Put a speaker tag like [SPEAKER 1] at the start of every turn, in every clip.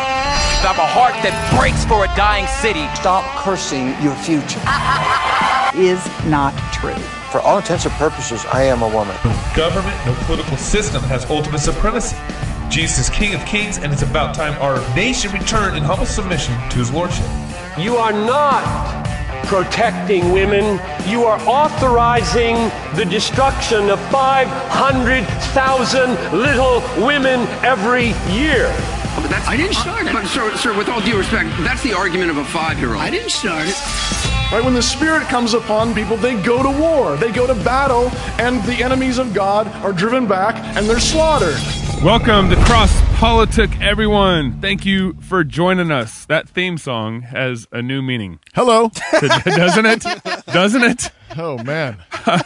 [SPEAKER 1] I have a heart that breaks for a dying city.
[SPEAKER 2] Stop cursing your future.
[SPEAKER 3] is not true.
[SPEAKER 2] For all intents and purposes, I am a woman.
[SPEAKER 4] No government, no political system has ultimate supremacy. Jesus is King of Kings, and it's about time our nation returned in humble submission to his lordship.
[SPEAKER 5] You are not protecting women. You are authorizing the destruction of 500,000 little women every year.
[SPEAKER 6] But that's,
[SPEAKER 7] I didn't start it.
[SPEAKER 6] But sir, sir, with all due respect, that's the argument of a five-year-old.
[SPEAKER 7] I didn't start it.
[SPEAKER 8] Right when the Spirit comes upon people, they go to war, they go to battle, and the enemies of God are driven back and they're slaughtered.
[SPEAKER 4] Welcome to Cross Politic, everyone. Thank you for joining us. That theme song has a new meaning,
[SPEAKER 8] Hello.
[SPEAKER 4] doesn't it? Doesn't it?
[SPEAKER 8] Oh, man.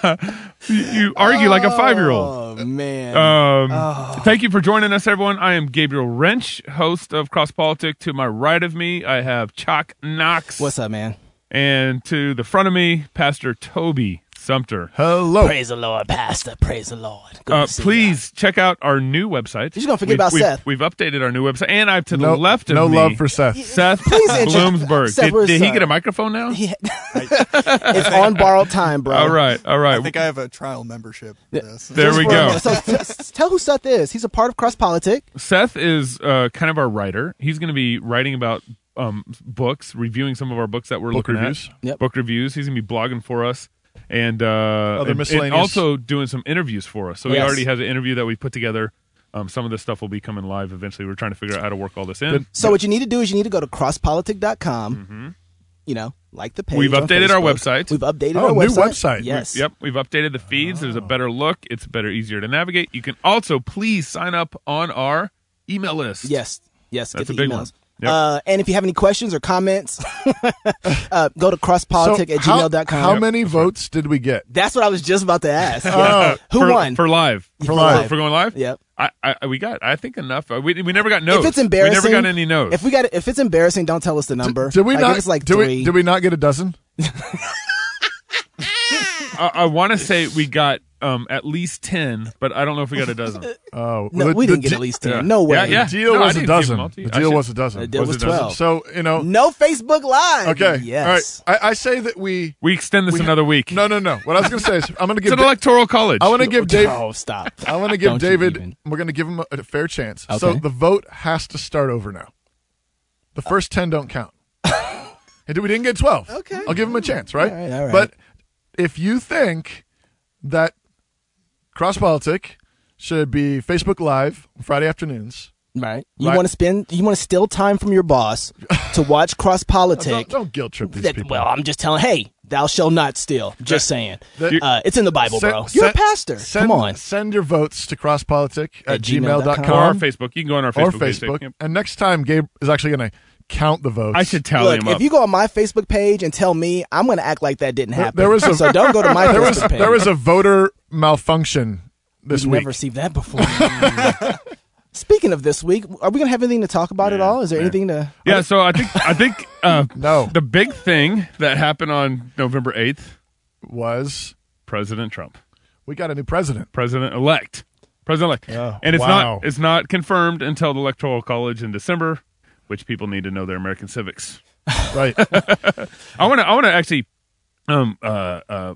[SPEAKER 4] You- You argue like a five-year-old.
[SPEAKER 9] Oh man.
[SPEAKER 4] Um,
[SPEAKER 8] Oh.
[SPEAKER 4] Thank you for joining us, everyone. I am Gabriel Wrench, host of Cross Politic. To my right of me, I have Chalk Knox,
[SPEAKER 9] What's up, man?
[SPEAKER 4] and to the front of me, Pastor Toby Sumter.
[SPEAKER 8] Hello.
[SPEAKER 9] Praise the Lord, Pastor. Praise the Lord. Good
[SPEAKER 4] Uh,
[SPEAKER 9] to see
[SPEAKER 4] please check out our new website.
[SPEAKER 9] You're just gonna forget
[SPEAKER 4] We've-
[SPEAKER 9] about
[SPEAKER 4] we've,
[SPEAKER 9] Seth.
[SPEAKER 4] We've updated our new website, and I've to the
[SPEAKER 8] No,
[SPEAKER 4] left of
[SPEAKER 8] no
[SPEAKER 4] me,
[SPEAKER 8] love for Seth.
[SPEAKER 4] Seth
[SPEAKER 9] intro-
[SPEAKER 4] Bloomsburg.
[SPEAKER 9] Seth,
[SPEAKER 4] did
[SPEAKER 9] where's
[SPEAKER 4] did he
[SPEAKER 9] Seth?
[SPEAKER 4] get a microphone now?
[SPEAKER 9] ya. it's on borrowed time, bro.
[SPEAKER 4] All right, all
[SPEAKER 10] I think
[SPEAKER 4] right.
[SPEAKER 10] I have a trial membership. for this.
[SPEAKER 4] There we
[SPEAKER 9] For a
[SPEAKER 4] go.
[SPEAKER 9] minute. So t- s- tell who Seth is. He's a part of Cross Politic.
[SPEAKER 4] Seth is uh, kind of our writer. He's going to be writing about um, books, reviewing some of our books that we're
[SPEAKER 8] Book
[SPEAKER 4] looking
[SPEAKER 8] reviews.
[SPEAKER 4] at.
[SPEAKER 9] Yep.
[SPEAKER 4] Book reviews. He's going to be blogging for us and uh, and- and,
[SPEAKER 8] miscellaneous-
[SPEAKER 4] also doing some interviews for us. So he
[SPEAKER 9] Yes.
[SPEAKER 4] already has an interview that we put together. Um, some of this stuff will be coming live eventually. We're trying to figure out how to work all this in.
[SPEAKER 9] So what you need to do is you need to go to crosspolitic.com.
[SPEAKER 4] Mm-hmm.
[SPEAKER 9] You know, like the page.
[SPEAKER 4] We've
[SPEAKER 9] on
[SPEAKER 4] updated our
[SPEAKER 9] Facebook.
[SPEAKER 4] website.
[SPEAKER 9] We've updated
[SPEAKER 8] Oh,
[SPEAKER 9] our
[SPEAKER 8] new
[SPEAKER 9] website.
[SPEAKER 8] website.
[SPEAKER 9] Yes.
[SPEAKER 4] Yep, we've updated the feeds. There's a better look. It's better, easier to navigate. You can also please sign up on our email list.
[SPEAKER 9] Yes. Yes.
[SPEAKER 4] That's
[SPEAKER 9] get
[SPEAKER 4] a
[SPEAKER 9] the
[SPEAKER 4] big
[SPEAKER 9] emails.
[SPEAKER 4] one. Yep.
[SPEAKER 9] Uh, and if you have any questions or comments, uh, go to crosspolitic at
[SPEAKER 8] how,
[SPEAKER 9] gmail.com.
[SPEAKER 8] how many votes did we get?
[SPEAKER 9] That's what I was just about to ask.
[SPEAKER 8] Oh.
[SPEAKER 9] Who
[SPEAKER 4] for,
[SPEAKER 9] won?
[SPEAKER 4] for live?
[SPEAKER 9] For live.
[SPEAKER 4] For going live?
[SPEAKER 9] Yep.
[SPEAKER 4] I, I we got I think enough. Uh, We, we never got notes.
[SPEAKER 9] if it's embarrassing,
[SPEAKER 4] we never got any notes.
[SPEAKER 9] If we got, if it's embarrassing, don't tell us the number.
[SPEAKER 8] Did we
[SPEAKER 9] I
[SPEAKER 8] not?
[SPEAKER 9] think it's like
[SPEAKER 8] did,
[SPEAKER 9] three.
[SPEAKER 8] We, did we not get a dozen?
[SPEAKER 4] I, I want to say we got um at least ten, but I don't know if we got a dozen.
[SPEAKER 8] Oh,
[SPEAKER 9] no,
[SPEAKER 8] the-
[SPEAKER 9] we didn't
[SPEAKER 8] the
[SPEAKER 9] get
[SPEAKER 8] di-
[SPEAKER 9] at least ten.
[SPEAKER 4] Yeah.
[SPEAKER 9] No way.
[SPEAKER 4] Yeah, yeah.
[SPEAKER 8] The deal
[SPEAKER 4] No, I
[SPEAKER 8] was a
[SPEAKER 4] didn't give them
[SPEAKER 8] dozen.
[SPEAKER 4] all to you.
[SPEAKER 8] The
[SPEAKER 4] I
[SPEAKER 8] deal
[SPEAKER 4] should-
[SPEAKER 8] was a dozen.
[SPEAKER 9] The deal
[SPEAKER 4] Was
[SPEAKER 9] was
[SPEAKER 4] it dozen?
[SPEAKER 9] twelve.
[SPEAKER 8] So you know.
[SPEAKER 9] No Facebook Live.
[SPEAKER 8] Okay.
[SPEAKER 9] Yes.
[SPEAKER 8] All right. I, I say that we.
[SPEAKER 4] we extend this
[SPEAKER 8] We-
[SPEAKER 4] another week.
[SPEAKER 8] No, no, no. What I was going to say is I'm going to
[SPEAKER 4] it's
[SPEAKER 8] give.
[SPEAKER 4] an
[SPEAKER 8] Da-
[SPEAKER 4] electoral college.
[SPEAKER 8] I want to give Dave.
[SPEAKER 9] Oh, stop.
[SPEAKER 8] I want to give
[SPEAKER 9] Don't you
[SPEAKER 8] David.
[SPEAKER 9] even.
[SPEAKER 8] We're going to give him a, a fair chance. So
[SPEAKER 9] Okay.
[SPEAKER 8] the vote has to start over now. The first ten don't count. and we didn't get twelve.
[SPEAKER 9] Okay.
[SPEAKER 8] I'll give him a chance, right?
[SPEAKER 9] All right, all right.
[SPEAKER 8] But if you think that cross politic should be Facebook Live on Friday afternoons,
[SPEAKER 9] Right. You
[SPEAKER 8] Right.
[SPEAKER 9] want to spend? You want to steal time from your boss to watch cross
[SPEAKER 8] Oh, don't,
[SPEAKER 9] politic?
[SPEAKER 8] don't guilt trip these
[SPEAKER 9] That-
[SPEAKER 8] people.
[SPEAKER 9] well, I'm just telling. Hey, thou shall not steal. Just saying.
[SPEAKER 8] that-
[SPEAKER 9] uh, it's in the Bible,
[SPEAKER 8] Sen-
[SPEAKER 9] bro. You're a
[SPEAKER 8] sen-
[SPEAKER 9] pastor.
[SPEAKER 8] Send,
[SPEAKER 9] Come on.
[SPEAKER 8] Send your votes to crosspolitic at,
[SPEAKER 9] At
[SPEAKER 8] gmail.com,
[SPEAKER 9] gmail.com.
[SPEAKER 4] or our
[SPEAKER 8] or Facebook.
[SPEAKER 4] Facebook. You can go on our
[SPEAKER 8] Or
[SPEAKER 4] Facebook. page.
[SPEAKER 8] Facebook.
[SPEAKER 4] Yep.
[SPEAKER 8] And next time, Gabe is actually going to count the votes.
[SPEAKER 4] I should tally
[SPEAKER 9] Look,
[SPEAKER 4] them up.
[SPEAKER 9] if you go on my Facebook page and tell me, I'm going to act like that didn't happen.
[SPEAKER 8] there was a-
[SPEAKER 9] so don't go to my
[SPEAKER 8] There
[SPEAKER 9] Facebook
[SPEAKER 8] was,
[SPEAKER 9] page.
[SPEAKER 8] there was a voter malfunction this
[SPEAKER 9] We've
[SPEAKER 8] week.
[SPEAKER 9] never seen that before. Speaking of this week, are we going to have anything to talk about at all? Is there anything to?
[SPEAKER 4] yeah. So I think I think uh,
[SPEAKER 8] No.
[SPEAKER 4] the big thing that happened on November eighth,
[SPEAKER 8] was
[SPEAKER 4] President Trump.
[SPEAKER 8] we got a new president.
[SPEAKER 4] president elect. President elect.
[SPEAKER 9] Oh,
[SPEAKER 8] Yeah.
[SPEAKER 4] and it's
[SPEAKER 8] Wow.
[SPEAKER 4] not it's not confirmed until the electoral college in December, which people need to know their American civics.
[SPEAKER 8] Right.
[SPEAKER 4] I want to I want to actually um uh uh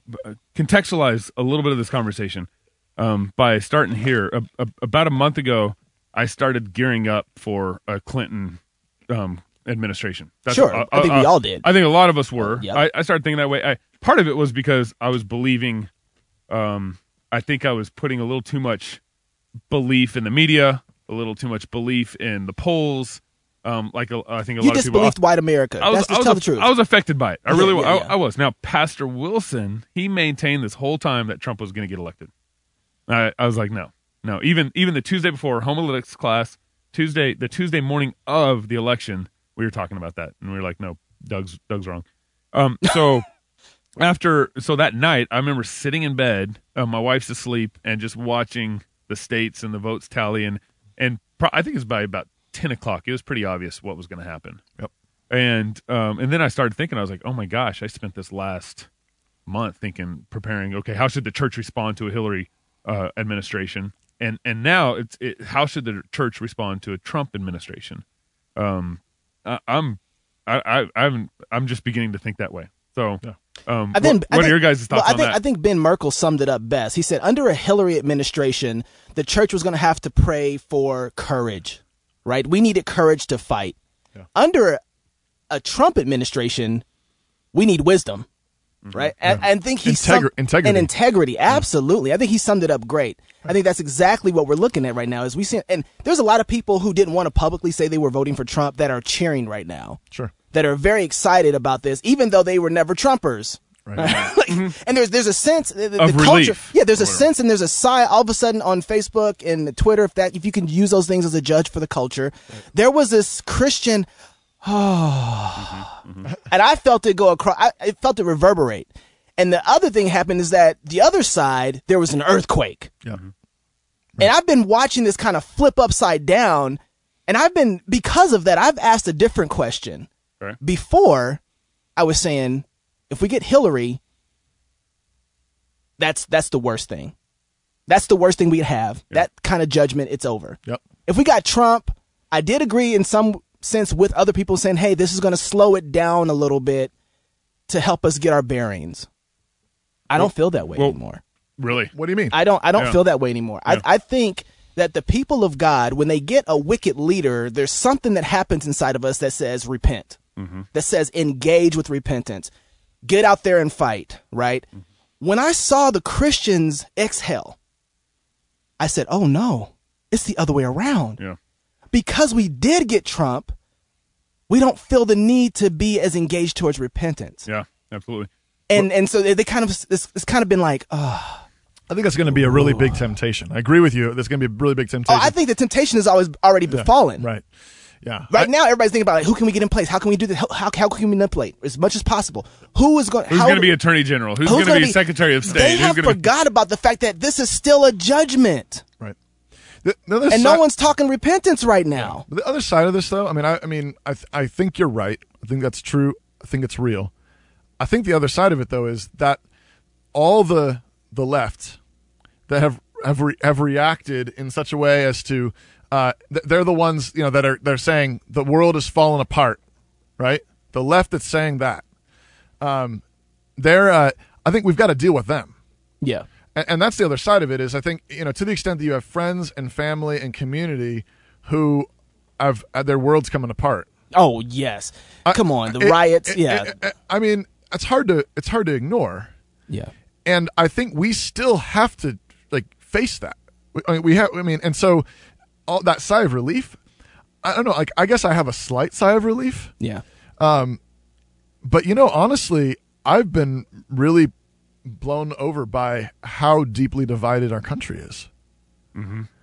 [SPEAKER 4] contextualize a little bit of this conversation um by starting here a, a, about a month ago I started gearing up for a Clinton um administration.
[SPEAKER 9] Sure. I think we all did.
[SPEAKER 4] I think a lot of us were.
[SPEAKER 9] Yep.
[SPEAKER 4] I, I started thinking that way. I, part of it was because I was believing. Um, I think I was putting a little too much belief in the media, a little too much belief in the polls. Um, like a, I think a
[SPEAKER 9] You
[SPEAKER 4] lot of people.
[SPEAKER 9] disbelieved white America.
[SPEAKER 4] I was,
[SPEAKER 9] That's
[SPEAKER 4] I
[SPEAKER 9] just
[SPEAKER 4] was
[SPEAKER 9] tell
[SPEAKER 4] a-
[SPEAKER 9] the truth.
[SPEAKER 4] I was affected by it. I
[SPEAKER 9] Yeah,
[SPEAKER 4] really,
[SPEAKER 9] yeah,
[SPEAKER 4] I,
[SPEAKER 9] yeah.
[SPEAKER 4] I was. Now, Pastor Wilson, he maintained this whole time that Trump was going to get elected. I, I was like, no, no. Even even the Tuesday before homiletics class, Tuesday, the Tuesday morning of the election, we were talking about that, and we were like, no, Doug's Doug's wrong. Um, so after so that night, I remember sitting in bed, uh, my wife's asleep, and just watching the states and the votes tally, and and pro- I think it was by about ten o'clock. It was pretty obvious what was going to happen.
[SPEAKER 8] Yep.
[SPEAKER 4] And um, and then I started thinking, I was like, oh my gosh, I spent this last month thinking, preparing. Okay, how should the church respond to a Hillary uh, administration? And and now it's it, how should the church respond to a Trump administration? Um, I, I'm, I, I, I'm, I'm just beginning to think that way. So, um, what,
[SPEAKER 9] I think, I
[SPEAKER 4] what
[SPEAKER 9] think-
[SPEAKER 4] are your guys'
[SPEAKER 9] well,
[SPEAKER 4] thoughts
[SPEAKER 9] I
[SPEAKER 4] on
[SPEAKER 9] think,
[SPEAKER 4] that?
[SPEAKER 9] I think Ben Merkel summed it up best. He said, under a Hillary administration, the church was going to have to pray for courage, right? We needed courage to fight. Under a Trump administration, we need wisdom, right? And, and I think he summed,
[SPEAKER 7] Integri- Mm-hmm. integrity. Mm-hmm.
[SPEAKER 9] and integrity, absolutely. I think he summed it up great. I think that's exactly what we're looking at right now. Is we see, and there's a lot of people who didn't want to publicly say they were voting for Trump that are cheering right now
[SPEAKER 7] Sure.
[SPEAKER 9] that are very excited about this, even though they were never Trumpers.
[SPEAKER 7] Right. Mm-hmm.
[SPEAKER 9] Like, and there's there's a sense the, the
[SPEAKER 4] Of
[SPEAKER 9] culture.
[SPEAKER 4] relief,
[SPEAKER 9] Yeah, there's
[SPEAKER 4] or
[SPEAKER 9] a
[SPEAKER 4] whatever.
[SPEAKER 9] sense and there's a sigh. All of a sudden on Facebook and Twitter, if that if you can use those things as a judge for the culture, there was this Christian. Oh, and I felt it go across. I, I felt it reverberate. And the other thing happened is that the other side there was an earthquake.
[SPEAKER 7] Yeah.
[SPEAKER 9] And I've been watching this kind of flip upside down. And I've been, because of that, I've asked a different question.
[SPEAKER 4] Right.
[SPEAKER 9] Before, I was saying, if we get Hillary, that's, that's the worst thing. That's the worst thing we could have. That kind of judgment, it's over.
[SPEAKER 7] Yep.
[SPEAKER 9] If we got Trump, I did agree in some sense with other people saying, hey, this is going to slow it down a little bit to help us get our bearings. I don't feel that way
[SPEAKER 4] well,
[SPEAKER 9] anymore.
[SPEAKER 4] really?
[SPEAKER 7] What do you mean?
[SPEAKER 9] I don't I don't
[SPEAKER 4] Yeah.
[SPEAKER 9] feel that way anymore.
[SPEAKER 4] Yeah.
[SPEAKER 9] I, I think that the people of God, when they get a wicked leader, there's something that happens inside of us that says repent,
[SPEAKER 4] Mm-hmm.
[SPEAKER 9] that says engage with repentance, get out there and fight. Right?
[SPEAKER 4] Mm-hmm.
[SPEAKER 9] When I saw the Christians exhale, I said, "Oh no, it's the other way around."
[SPEAKER 4] Yeah.
[SPEAKER 9] Because we did get Trump, we don't feel the need to be as engaged towards repentance,
[SPEAKER 4] Yeah. Absolutely.
[SPEAKER 9] and and so they, they kind of it's, it's kind of been like, oh,
[SPEAKER 7] I think that's going to be a really big temptation. I agree with you. That's going to be a really big temptation.
[SPEAKER 9] Oh, I think the temptation is always already befallen.
[SPEAKER 7] Right. Yeah.
[SPEAKER 9] Right now, everybody's thinking about like, who can we get in place? How can we do this? How, how, how can we manipulate as much as possible? Who is going?
[SPEAKER 4] Who's going to be attorney general? Who's, going to be, secretary of state?
[SPEAKER 9] They
[SPEAKER 4] Who's
[SPEAKER 9] have
[SPEAKER 4] gonna be-
[SPEAKER 9] forgot about the fact that this is still a judgment,
[SPEAKER 7] right. The, the other
[SPEAKER 9] and
[SPEAKER 7] si-
[SPEAKER 9] no one's talking repentance right now.
[SPEAKER 7] The other side of this, though, I mean, I, I mean, I, th- I think you're right. I think that's true. I think it's real. I think the other side of it, though, is that all the the left that have have re- have reacted in such a way as to uh, th- they're the ones you know that are they're saying the world is falling apart, right? The left that's saying that, um, they're uh, I think we've got to deal with them
[SPEAKER 9] Yeah,
[SPEAKER 7] and, and that's the other side of it is I think you know to the extent that you have friends and family and community who have uh, their worlds coming apart.
[SPEAKER 9] Oh yes, come on, the
[SPEAKER 7] It-
[SPEAKER 9] riots.
[SPEAKER 7] it-
[SPEAKER 9] yeah,
[SPEAKER 7] it- it- I mean it's hard to it's hard to ignore,
[SPEAKER 9] yeah.
[SPEAKER 7] and I think we still have to like face that. We, I mean, we have I mean, and so all that sigh of relief. I don't know. Like I guess I have a slight sigh of relief.
[SPEAKER 9] Yeah.
[SPEAKER 7] but you know honestly i've been really blown over by how deeply divided our country is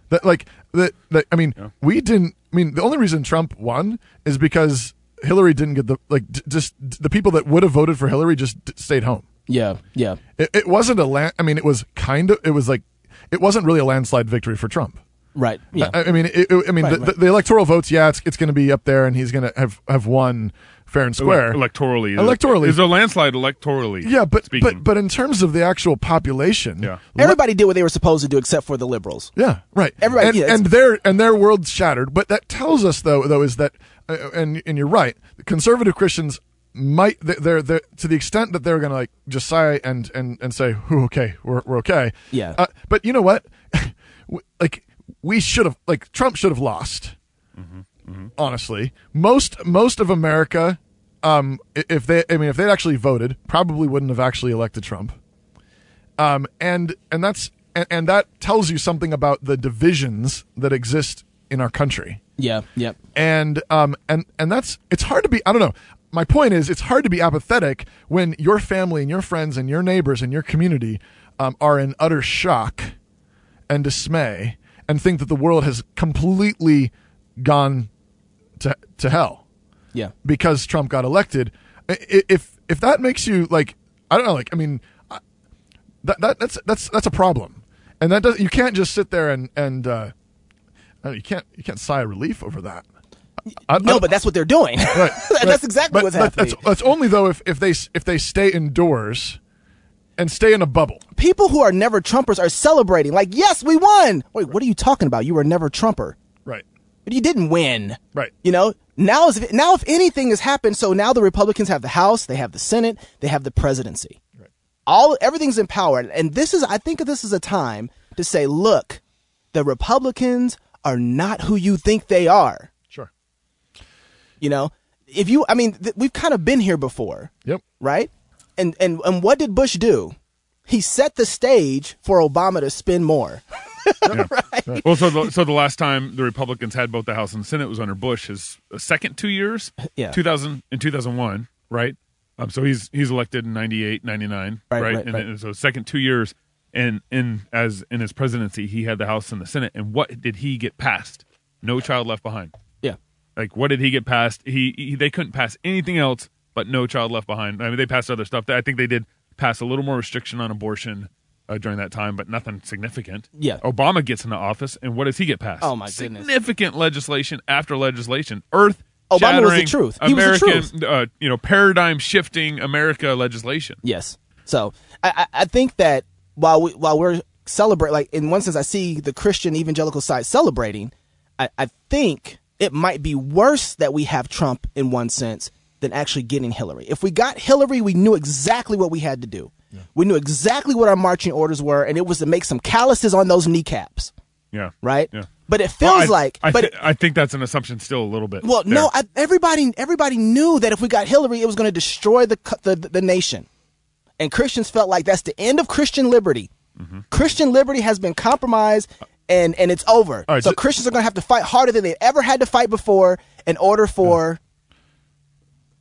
[SPEAKER 7] that like that, that i mean we didn't i mean the only reason trump won is because hillary didn't get the like d- just d- the people that would have voted for hillary just d- stayed home
[SPEAKER 9] Yeah. Yeah.
[SPEAKER 7] it, it wasn't a land i mean it was kind of it was like it wasn't really a landslide victory for trump
[SPEAKER 9] Right. Yeah.
[SPEAKER 7] I, I mean, it, it- I mean,
[SPEAKER 9] Right,
[SPEAKER 7] the,
[SPEAKER 9] right.
[SPEAKER 7] the electoral votes. Yeah, it's, it's going to be up there, and he's going to have have won fair and square.
[SPEAKER 4] Elec- electorally.
[SPEAKER 7] Electorally.
[SPEAKER 4] There's a landslide electorally.
[SPEAKER 7] Yeah, but
[SPEAKER 4] speaking.
[SPEAKER 7] but but in terms of the actual population,
[SPEAKER 4] Yeah.
[SPEAKER 7] le-
[SPEAKER 9] Everybody did what they were supposed to do, except for the liberals.
[SPEAKER 7] yeah, right.
[SPEAKER 9] Everybody-
[SPEAKER 7] and,
[SPEAKER 9] yeah, it's-
[SPEAKER 7] and their and their world shattered. But that tells us though though is that uh, and and you're right. Conservative Christians might they're, they're, they're to the extent that they're going to like just sigh and and and say, "Whew, okay, we're we're okay."
[SPEAKER 9] Yeah.
[SPEAKER 7] Uh, but you know what? W- like we should have like Trump should have lost. Honestly, most most of America, um, i- if they, I mean, if they'd actually voted, probably wouldn't have actually elected Trump. Um, and and that's and, and that tells you something about the divisions that exist in our country.
[SPEAKER 9] Yeah. Yep.
[SPEAKER 7] And um and and that's it's hard to be. I don't know. My point is, it's hard to be apathetic when your family and your friends and your neighbors and your community um, are in utter shock and dismay and think that the world has completely gone to to hell
[SPEAKER 9] Yeah.
[SPEAKER 7] because Trump got elected. I- i- If if that makes you like, I don't know, like I mean, I- that, that that's that's that's a problem, and that does you can't just sit there and and uh, uh, you can't you can't sigh relief over that. I- I-
[SPEAKER 9] No, but that's what they're doing.
[SPEAKER 7] Right,
[SPEAKER 9] that's
[SPEAKER 7] right.
[SPEAKER 9] exactly
[SPEAKER 7] But
[SPEAKER 9] what's
[SPEAKER 7] that-
[SPEAKER 9] happening.
[SPEAKER 7] That's, that's only though if if they s- if they stay indoors and stay in a bubble.
[SPEAKER 9] people who are never Trumpers are celebrating. Like, yes, we won. Wait, what are you talking about? You were never Trumper.
[SPEAKER 7] Right.
[SPEAKER 9] You didn't win.
[SPEAKER 7] Right.
[SPEAKER 9] You know, Now, is, now, if anything has happened, so now the Republicans have the House, they have the Senate, they have the presidency. All everything's in power, and this is I think this is a time to say, look, the Republicans are not who you think they are.
[SPEAKER 7] Sure.
[SPEAKER 9] You know, if you, I mean, th- we've kind of been here before
[SPEAKER 7] Yep.
[SPEAKER 9] right? And and and what did Bush do? He set the stage for Obama to spend more.
[SPEAKER 4] Well, so the, so the last time the Republicans had both the House and the Senate was under Bush, his second two years,
[SPEAKER 9] Yeah.
[SPEAKER 4] 2000 and 2001, right? Um, so he's he's elected in 98, 99,
[SPEAKER 9] Right,
[SPEAKER 4] right?
[SPEAKER 9] right,
[SPEAKER 4] and,
[SPEAKER 9] right.
[SPEAKER 4] then- so second two years, and in as in his presidency, he had the House and the Senate, and what did he get passed? No child left behind.
[SPEAKER 9] Yeah.
[SPEAKER 4] Like, what did he get past? He, he they couldn't pass anything else, but no child left behind. I mean, they passed other stuff. I think they did pass a little more restriction on abortion uh, during that time, but nothing significant.
[SPEAKER 9] Yeah.
[SPEAKER 4] Obama gets into office, and what does he get past?
[SPEAKER 9] Oh, my goodness.
[SPEAKER 4] significant legislation after legislation, earth.
[SPEAKER 9] Obama was the
[SPEAKER 4] shattering,
[SPEAKER 9] truth. He was the
[SPEAKER 4] American, Uh, you know, paradigm shifting America legislation.
[SPEAKER 9] Yes. So I, I, I think that while we while we're celebrating, like in one sense, I see the Christian evangelical side celebrating. I, I think it might be worse that we have Trump in one sense than actually getting Hillary. If we got Hillary, we knew exactly what we had to do. We knew exactly what our marching orders were, and it was to make some calluses on those kneecaps,
[SPEAKER 4] Yeah.
[SPEAKER 9] right?
[SPEAKER 4] Yeah.
[SPEAKER 9] But it feels
[SPEAKER 4] Well, I-
[SPEAKER 9] like,
[SPEAKER 4] I,
[SPEAKER 9] but
[SPEAKER 4] thi- I think that's an assumption still a little bit.
[SPEAKER 9] Well,
[SPEAKER 4] there.
[SPEAKER 9] no, I, everybody everybody knew that if we got Hillary, it was going to destroy the, cu- the the nation, and Christians felt like that's the end of Christian liberty.
[SPEAKER 7] Mm-hmm.
[SPEAKER 9] Christian liberty has been compromised, and and it's over.
[SPEAKER 4] All right,
[SPEAKER 9] so
[SPEAKER 4] so-
[SPEAKER 9] Christians are going to have to fight harder than they ever had to fight before in order for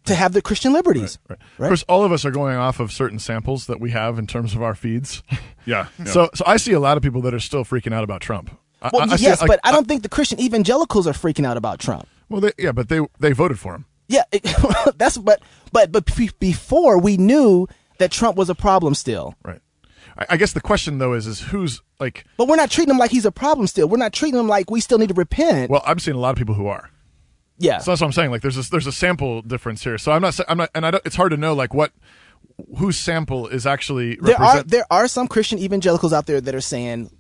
[SPEAKER 9] to have the Christian liberties.
[SPEAKER 7] Of course, all of us are going off of certain samples that we have in terms of our feeds.
[SPEAKER 4] yeah, yeah.
[SPEAKER 7] So, so I see a lot of people that are still freaking out about Trump. I,
[SPEAKER 9] Well,
[SPEAKER 7] I- I see,
[SPEAKER 9] yes,
[SPEAKER 7] like,
[SPEAKER 9] but I don't think the Christian evangelicals are freaking out about Trump.
[SPEAKER 7] well, they, yeah, but they they voted for him.
[SPEAKER 9] Yeah, it, that's but but but be- before we knew that Trump was a problem still.
[SPEAKER 7] Right. I, I guess the question though is is who's like.
[SPEAKER 9] But we're not treating him like he's a problem still. We're not treating him like we still need to repent.
[SPEAKER 7] Well, I'm seeing a lot of people who are.
[SPEAKER 9] yeah.
[SPEAKER 7] So that's what I'm saying. Like, there's a, there's a sample difference here. So I'm not. sa- I'm not. And I don't, it's hard to know like what whose sample is actually.
[SPEAKER 9] there are
[SPEAKER 7] represent-
[SPEAKER 9] there are some Christian evangelicals out there that are saying,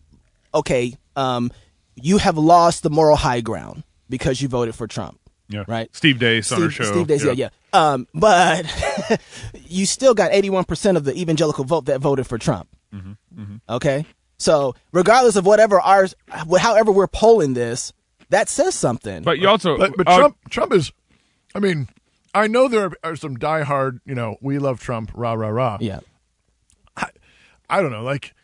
[SPEAKER 9] okay, um, you have lost the moral high ground because you voted for Trump.
[SPEAKER 4] yeah.
[SPEAKER 9] Right.
[SPEAKER 4] Steve Dace on our
[SPEAKER 9] Steve,
[SPEAKER 4] show.
[SPEAKER 9] Steve Dace, yeah, yeah. Um, but you still got 81% of the evangelical vote that voted for Trump.
[SPEAKER 4] Mm-hmm,
[SPEAKER 9] Okay? So, regardless of whatever ours, however we're polling this, that says something.
[SPEAKER 4] But you also,
[SPEAKER 7] But, but
[SPEAKER 4] uh,
[SPEAKER 7] Trump, Trump is. I mean, I know there are, are some diehard. You know, we love Trump. Rah rah rah.
[SPEAKER 9] yeah.
[SPEAKER 7] I don't know. Like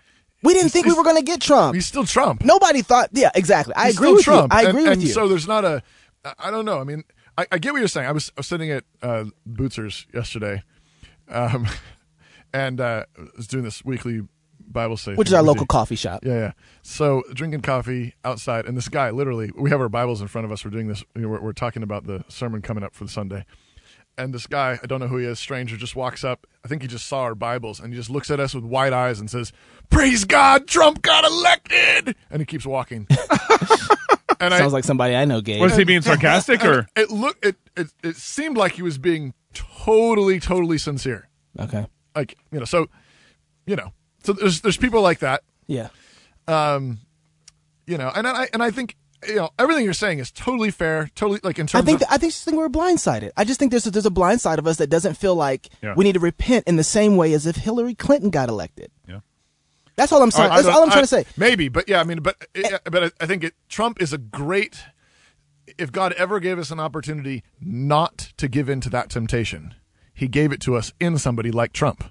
[SPEAKER 9] We didn't think we were going to get Trump.
[SPEAKER 7] he's still Trump.
[SPEAKER 9] Nobody thought. Yeah, exactly. I
[SPEAKER 7] He's
[SPEAKER 9] agree
[SPEAKER 7] still
[SPEAKER 9] with
[SPEAKER 7] Trump.
[SPEAKER 9] you. I
[SPEAKER 7] And-
[SPEAKER 9] agree
[SPEAKER 7] and
[SPEAKER 9] with you.
[SPEAKER 7] So there's not a. I- I don't know. I mean, I, I get what you're saying. I was, I was sitting at uh, Bootsers yesterday, um, and uh, I was doing this weekly Bible study,
[SPEAKER 9] Which is
[SPEAKER 7] thing
[SPEAKER 9] our
[SPEAKER 7] we
[SPEAKER 9] local
[SPEAKER 7] do.
[SPEAKER 9] coffee shop.
[SPEAKER 7] Yeah, yeah. So drinking coffee outside, and this guy literally, we have our Bibles in front of us. We're doing this. You know, we're, we're talking about the sermon coming up for the Sunday, and this guy, I don't know who he is, stranger, just walks up. I think he just saw our Bibles, and he just looks at us with wide eyes and says, "Praise God, Trump got elected!" And he keeps walking. and I,
[SPEAKER 9] Sounds like somebody I know, Gabe.
[SPEAKER 4] was he being sarcastic or?
[SPEAKER 7] it looked, it, it it seemed like he was being totally, totally sincere.
[SPEAKER 9] Okay.
[SPEAKER 7] Like you know, so you know, so there's there's people like that.
[SPEAKER 9] Yeah.
[SPEAKER 7] you know, and I and I think you know everything you're saying is totally fair, totally like in
[SPEAKER 9] I
[SPEAKER 7] terms
[SPEAKER 9] think
[SPEAKER 7] of
[SPEAKER 9] that, I think just think we're blindsided. I just think there's a, there's a blind side of us that doesn't feel like
[SPEAKER 4] Yeah.
[SPEAKER 9] we need to repent in the same way as if Hillary Clinton got elected.
[SPEAKER 4] Yeah.
[SPEAKER 9] That's all I'm saying.
[SPEAKER 7] I
[SPEAKER 9] That's
[SPEAKER 7] don't-
[SPEAKER 9] all I'm
[SPEAKER 7] I-
[SPEAKER 9] trying to say.
[SPEAKER 7] Maybe, but yeah, I mean, but yeah, but I- I think it, Trump is a great. If God ever gave us an opportunity not to give in to that temptation, He gave it to us in somebody like Trump.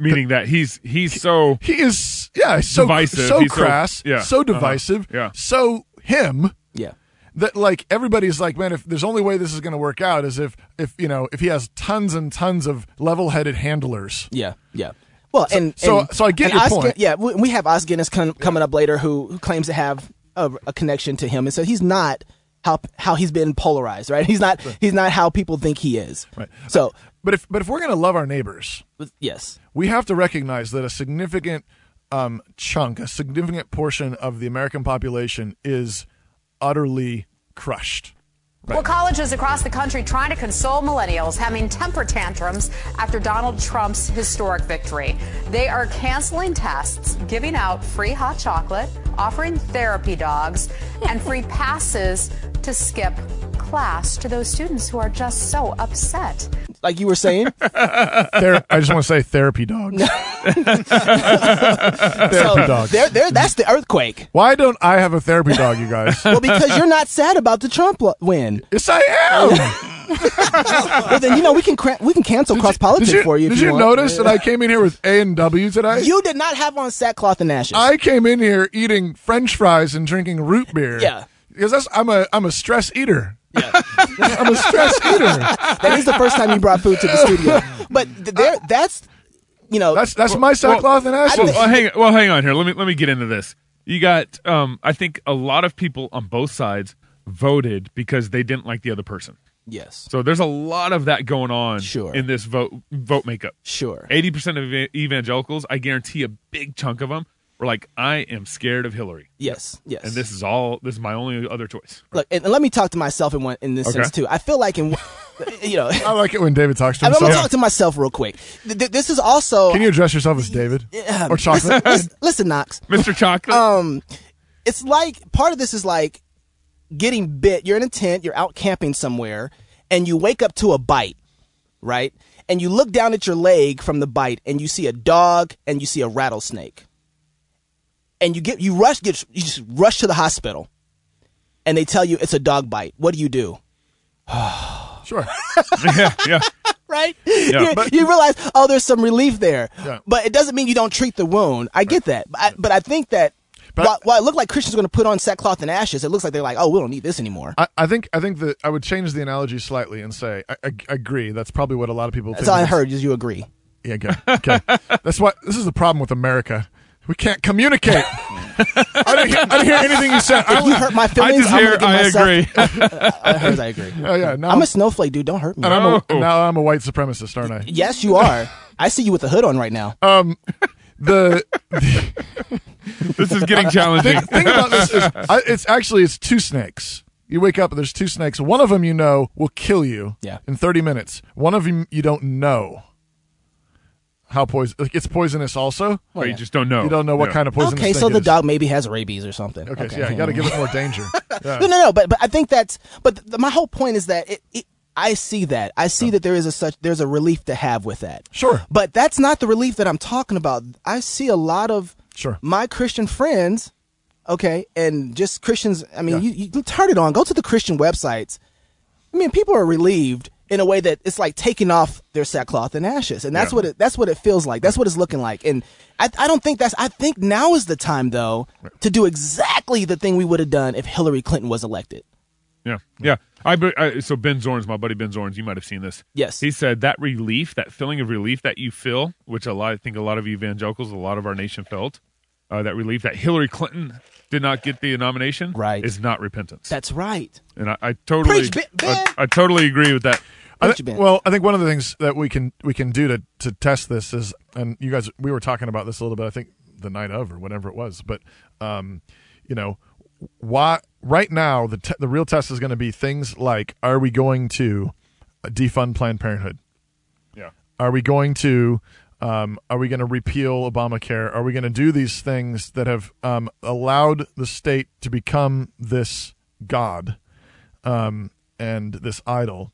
[SPEAKER 4] meaning that he's he's so
[SPEAKER 7] He is yeah, he's so
[SPEAKER 4] Divisive.
[SPEAKER 7] so
[SPEAKER 4] He's so-
[SPEAKER 7] crass, so,
[SPEAKER 4] yeah. Uh-huh.
[SPEAKER 7] divisive,
[SPEAKER 4] Yeah.
[SPEAKER 7] so him.
[SPEAKER 9] Yeah.
[SPEAKER 7] that like everybody's like man if there's only way this is going to work out is if if you know if he has tons and tons of level-headed handlers
[SPEAKER 9] Yeah. Yeah. Well, and
[SPEAKER 7] so-
[SPEAKER 9] and-
[SPEAKER 7] so I get
[SPEAKER 9] and
[SPEAKER 7] your
[SPEAKER 9] Oz-
[SPEAKER 7] point.
[SPEAKER 9] Yeah, we, we have Oz Guinness com- coming up later, who, who claims to have a, a connection to him, and so he's not how how he's been polarized, right? He's not he's not how people think he is.
[SPEAKER 7] Right.
[SPEAKER 9] So
[SPEAKER 7] but if but if we're going to love our neighbors
[SPEAKER 9] yes,
[SPEAKER 7] we have to recognize that a significant um, chunk a significant portion of the american population is utterly crushed
[SPEAKER 11] Well, colleges across the country trying to console millennials having temper tantrums after Donald Trump's historic victory. They are canceling tests, giving out free hot chocolate, offering therapy dogs, and free passes to skip class to those students who are just so upset.
[SPEAKER 9] Like you were saying?
[SPEAKER 7] Thera- I just want to say therapy dogs. therapy
[SPEAKER 9] so
[SPEAKER 7] dogs.
[SPEAKER 9] there, there, that's the earthquake.
[SPEAKER 7] Why don't I have a therapy dog, you guys?
[SPEAKER 9] Well, because you're not sad about the Trump lo- win.
[SPEAKER 7] Yes, I am.
[SPEAKER 9] Well, then you know we can cra- we can cancel cross politics
[SPEAKER 7] Did you,
[SPEAKER 9] for you. if
[SPEAKER 7] did you,
[SPEAKER 9] want.
[SPEAKER 7] notice that I came in here with A and W today?
[SPEAKER 9] You did not have on sackcloth and ashes.
[SPEAKER 7] I came in here eating French fries and drinking root beer.
[SPEAKER 9] Yeah.
[SPEAKER 7] because that's, I'm a I'm a stress eater. I'm a stress eater.
[SPEAKER 9] that is the first time you brought food to the studio. But th- there, that's you know
[SPEAKER 7] That's that's my sackcloth and ashes.
[SPEAKER 4] Well, well, oh, hang well, hang on here. Let me let me get into this. You got, um, I think a lot of people on both sides voted because they didn't like the other person.
[SPEAKER 9] yes,
[SPEAKER 4] So there's a lot of that going on
[SPEAKER 9] Sure.
[SPEAKER 4] in this vote vote makeup.
[SPEAKER 9] sure.
[SPEAKER 4] Eighty percent of eva- evangelicals, I guarantee a big chunk of them were like, "I am scared of Hillary,
[SPEAKER 9] Yes, yes.
[SPEAKER 4] and this is all. This is my only other choice."
[SPEAKER 9] look, and, and let me talk to myself in one in this
[SPEAKER 4] Okay.
[SPEAKER 9] sense too. I feel like in you know.
[SPEAKER 7] I like it when David talks to
[SPEAKER 9] I'm gonna
[SPEAKER 7] himself.
[SPEAKER 9] talk to myself real quick. Th- th- this is also
[SPEAKER 7] Can you address yourself as David or chocolate?
[SPEAKER 9] listen, listen, Knox.
[SPEAKER 4] Mr. Chocolate,
[SPEAKER 7] Oh.
[SPEAKER 9] um it's like part of this is like getting bit you're in a tent you're out camping somewhere and you wake up to a bite right and you look down at your leg from the bite and you see a dog and you see a rattlesnake and you get you rush get you just rush to the hospital and they tell you it's a dog bite what do you do
[SPEAKER 7] sure.
[SPEAKER 4] yeah, yeah.
[SPEAKER 9] right
[SPEAKER 4] Yeah,
[SPEAKER 9] you,
[SPEAKER 4] but-
[SPEAKER 9] you realize oh there's some relief there
[SPEAKER 7] Yeah.
[SPEAKER 9] but it doesn't mean you don't treat the wound i get that but i, but I think that
[SPEAKER 7] But-
[SPEAKER 9] while, while it looked like christians were going to put on sackcloth and ashes it looks like they're like oh we don't need this anymore
[SPEAKER 7] I, I think I think that I would change the analogy slightly and say I, I, I agree. That's probably what a lot of people.
[SPEAKER 9] that's
[SPEAKER 7] think
[SPEAKER 9] all i
[SPEAKER 7] is-
[SPEAKER 9] heard is you agree
[SPEAKER 7] Yeah, good. Okay. That's why this is the problem with America. We can't communicate. I, didn't hear, I didn't hear anything you said. I
[SPEAKER 9] if you hurt my
[SPEAKER 4] I
[SPEAKER 9] feelings
[SPEAKER 4] just
[SPEAKER 9] I'm
[SPEAKER 4] hear.
[SPEAKER 9] gonna give
[SPEAKER 4] I
[SPEAKER 9] myself-
[SPEAKER 4] agree.
[SPEAKER 9] I heard I agree
[SPEAKER 7] Oh yeah, now
[SPEAKER 9] i'm a snowflake dude don't hurt me Oh.
[SPEAKER 7] and I'm a,
[SPEAKER 4] No.
[SPEAKER 7] now I'm a white supremacist, aren't I?
[SPEAKER 9] yes you are i see you with the hood on right now
[SPEAKER 7] Oh, The,
[SPEAKER 4] this is getting challenging.
[SPEAKER 7] the thing about this is, I, it's actually it's two snakes. You wake up and there's two snakes. One of them you know will kill you
[SPEAKER 9] Yeah.
[SPEAKER 7] in 30 minutes. One of them you don't know how poison. Like it's poisonous also.
[SPEAKER 4] Or you just don't know.
[SPEAKER 7] You don't know what
[SPEAKER 4] Oh, Yeah.
[SPEAKER 7] kind of poison.
[SPEAKER 9] okay
[SPEAKER 7] this
[SPEAKER 9] so
[SPEAKER 7] thing
[SPEAKER 9] the
[SPEAKER 7] is.
[SPEAKER 9] dog maybe has rabies or something
[SPEAKER 7] Okay, so yeah, you got to give it more danger. Yeah.
[SPEAKER 9] No, no, no. But but I think that's but th- my whole point is that it, it, I see that I see that there is a such there's a relief to have with that.
[SPEAKER 7] Sure.
[SPEAKER 9] But that's not the relief that I'm talking about. I see a lot of
[SPEAKER 7] Sure.
[SPEAKER 9] my Christian friends, okay, and just Christians. I mean, you, you turn it on. Go to the Christian websites. I mean, people are relieved in a way that it's like taking off their sackcloth and ashes, and that's
[SPEAKER 4] Yeah.
[SPEAKER 9] what it, that's what it feels like. That's what it's looking like, and I, I don't think that's. I think now is the time though to do exactly the thing we would have done if Hillary Clinton was elected.
[SPEAKER 4] Yeah, yeah. I, be- I so Ben Zorns, my buddy Ben Zorns, you might have seen this.
[SPEAKER 9] Yes.
[SPEAKER 4] he said that relief, that feeling of relief that you feel, which a lot, I think a lot of evangelicals, a lot of our nation felt, uh, that relief that Hillary Clinton did not get the nomination,
[SPEAKER 9] Right.
[SPEAKER 4] is not repentance.
[SPEAKER 9] That's right.
[SPEAKER 4] and I, I totally,
[SPEAKER 9] Preach, Ben- Ben!
[SPEAKER 4] I, I totally agree with that.
[SPEAKER 7] I
[SPEAKER 9] Preach,
[SPEAKER 7] thi-
[SPEAKER 9] Ben.
[SPEAKER 7] well, I think one of the things that we can we can do to to test this is, and you guys, we were talking about this a little bit. I think the night of or whatever it was, but um, you know, why right now the te- the real test is going to be things like: Are we going to uh, defund Planned Parenthood?
[SPEAKER 4] Yeah,
[SPEAKER 7] Are we going to um, are we going to repeal Obamacare? Are we going to do these things that have um, allowed the state to become this god um, and this idol?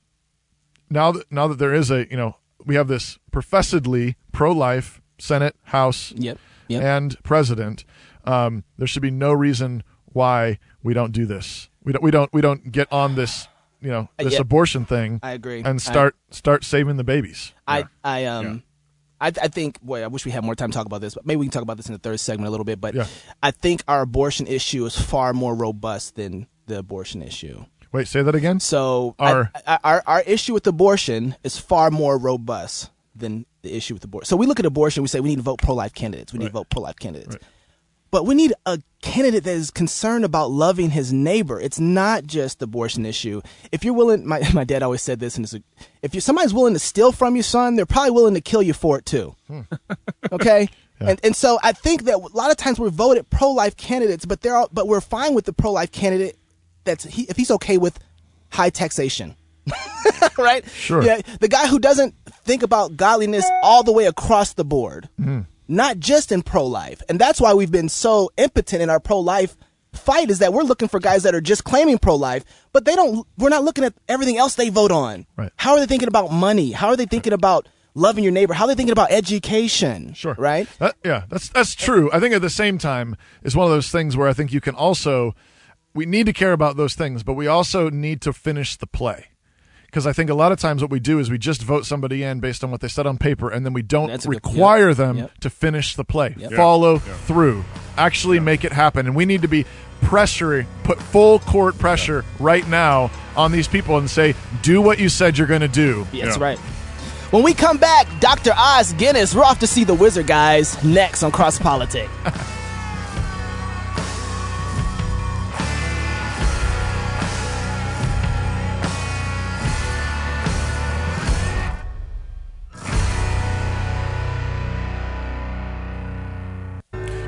[SPEAKER 7] Now that now that there is a you know we have this professedly pro-life Senate, House,
[SPEAKER 9] Yep, yep.
[SPEAKER 7] and President, um, there should be no reason why we don't do this. We don't we don't we don't get on this you know this
[SPEAKER 9] Uh, yeah.
[SPEAKER 7] abortion thing.
[SPEAKER 9] I agree. I-
[SPEAKER 7] and start start saving the babies.
[SPEAKER 9] I I um I I think boy, I wish we had more time to talk about this, but maybe we can talk about this in the third segment a little bit. But
[SPEAKER 7] Yeah.
[SPEAKER 9] I think our abortion issue is far more robust than the abortion issue.
[SPEAKER 7] Wait, say that again.
[SPEAKER 9] So
[SPEAKER 7] Our-
[SPEAKER 9] I, I, our our issue with abortion is far more robust than the issue with abortion. So we look at abortion, we say we need to vote pro life candidates. We need to vote pro life candidates. But we need a candidate that is concerned about loving his neighbor. It's not just the abortion issue. If you're willing, my, my dad always said this, and it's a, if you somebody's willing to steal from you, son, they're probably willing to kill you for it too. Okay. And and so I think that a lot of times we're voted pro life candidates, but they're all, but we're fine with the pro life candidate that's he, if he's okay with high taxation, right?
[SPEAKER 7] Sure.
[SPEAKER 9] Yeah, the guy who doesn't think about godliness all the way across the
[SPEAKER 7] Mm.
[SPEAKER 9] board, not just in pro life, and that's why we've been so impotent in our pro life fight is that we're looking for guys that are just claiming pro life, but they don't. We're not looking at everything else they vote on.
[SPEAKER 7] Right.
[SPEAKER 9] How are they thinking about money? How are they thinking about loving your neighbor? How are they thinking about education?
[SPEAKER 7] Sure.
[SPEAKER 9] Right.
[SPEAKER 7] That- yeah, that's that's true. I think at the same time, it's one of those things where I think you can also we need to care about those things, but we also need to finish the play. Because I think a lot of times what we do is we just vote somebody in based on what they said on paper, and then we don't
[SPEAKER 9] That's a good-
[SPEAKER 7] require
[SPEAKER 9] yep,
[SPEAKER 7] them
[SPEAKER 9] yep.
[SPEAKER 7] to finish the play,
[SPEAKER 9] Yep.
[SPEAKER 4] Yeah,
[SPEAKER 7] follow
[SPEAKER 4] yeah.
[SPEAKER 7] through, actually make it happen. And we need to be pressuring, put full court pressure right now on these people and say, do what you said you're going to do.
[SPEAKER 9] That's
[SPEAKER 4] Yeah.
[SPEAKER 9] right. When we come back, Dr. Oz Guinness, we're off to see the Wizard guys next on Cross Politic.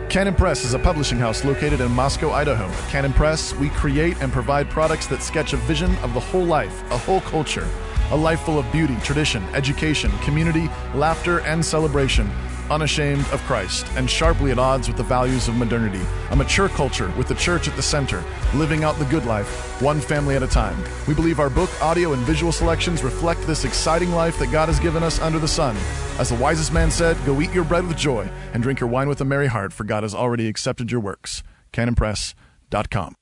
[SPEAKER 7] Canon Press is a publishing house located in Moscow, Idaho. At Canon Press, we create and provide products that sketch a vision of the whole life, a whole culture, a life full of beauty, tradition, education, community, laughter, and celebration, unashamed of Christ, and sharply at odds with the values of modernity. A mature culture with the church at the center, living out the good life, one family at a time. We believe our book, audio, and visual selections reflect this exciting life that God has given us under the sun. As the wisest man said, go eat your bread with joy and drink your wine with a merry heart, for God has already accepted your works. CanonPress.com.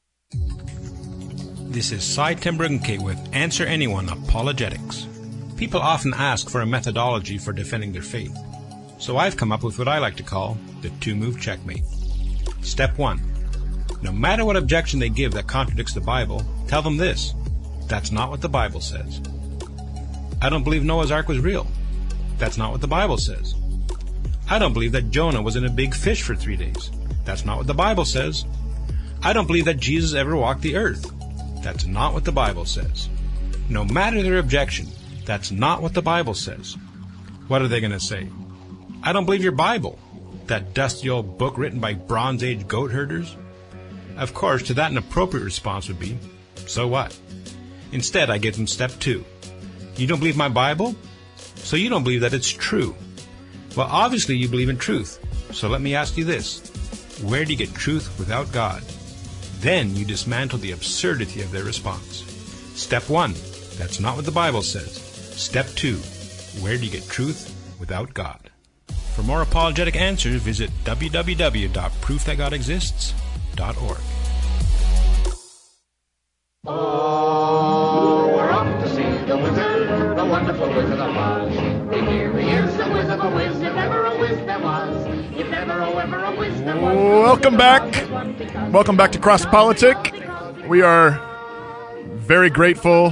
[SPEAKER 12] This is Cy Timbrunke with Answer Anyone Apologetics. People often ask for a methodology for defending their faith. So I've come up with what I like to call the two move checkmate. Step one No matter what objection they give that contradicts the Bible, tell them this that's not what the Bible says. I don't believe Noah's Ark was real. That's not what the Bible says. I don't believe that Jonah was in a big fish for three days. That's not what the Bible says. I don't believe that Jesus ever walked the earth. That's not what the Bible says. No matter their objection, that's not what the Bible says. What are they going to say? I don't believe your Bible. That dusty old book written by Bronze Age goat herders? Of course, to that, an appropriate response would be, so what? Instead, I give them step two. You don't believe my Bible? So you don't believe that it's true. Well, obviously, you believe in truth. So let me ask you this Where do you get truth without God? Then you dismantle the absurdity of their response. Step one, that's not what the Bible says. Step two, where do you get truth without God? For more apologetic answers, visit www.proofthatgodexists.org.
[SPEAKER 13] We're off to see the wizard, the wonderful wizard of Oz. And here he is, the wizard, the wiz, if ever a wiz there was. If ever, oh, ever a wiz there was.
[SPEAKER 7] Welcome back. Welcome back to Cross Politic. We are very grateful.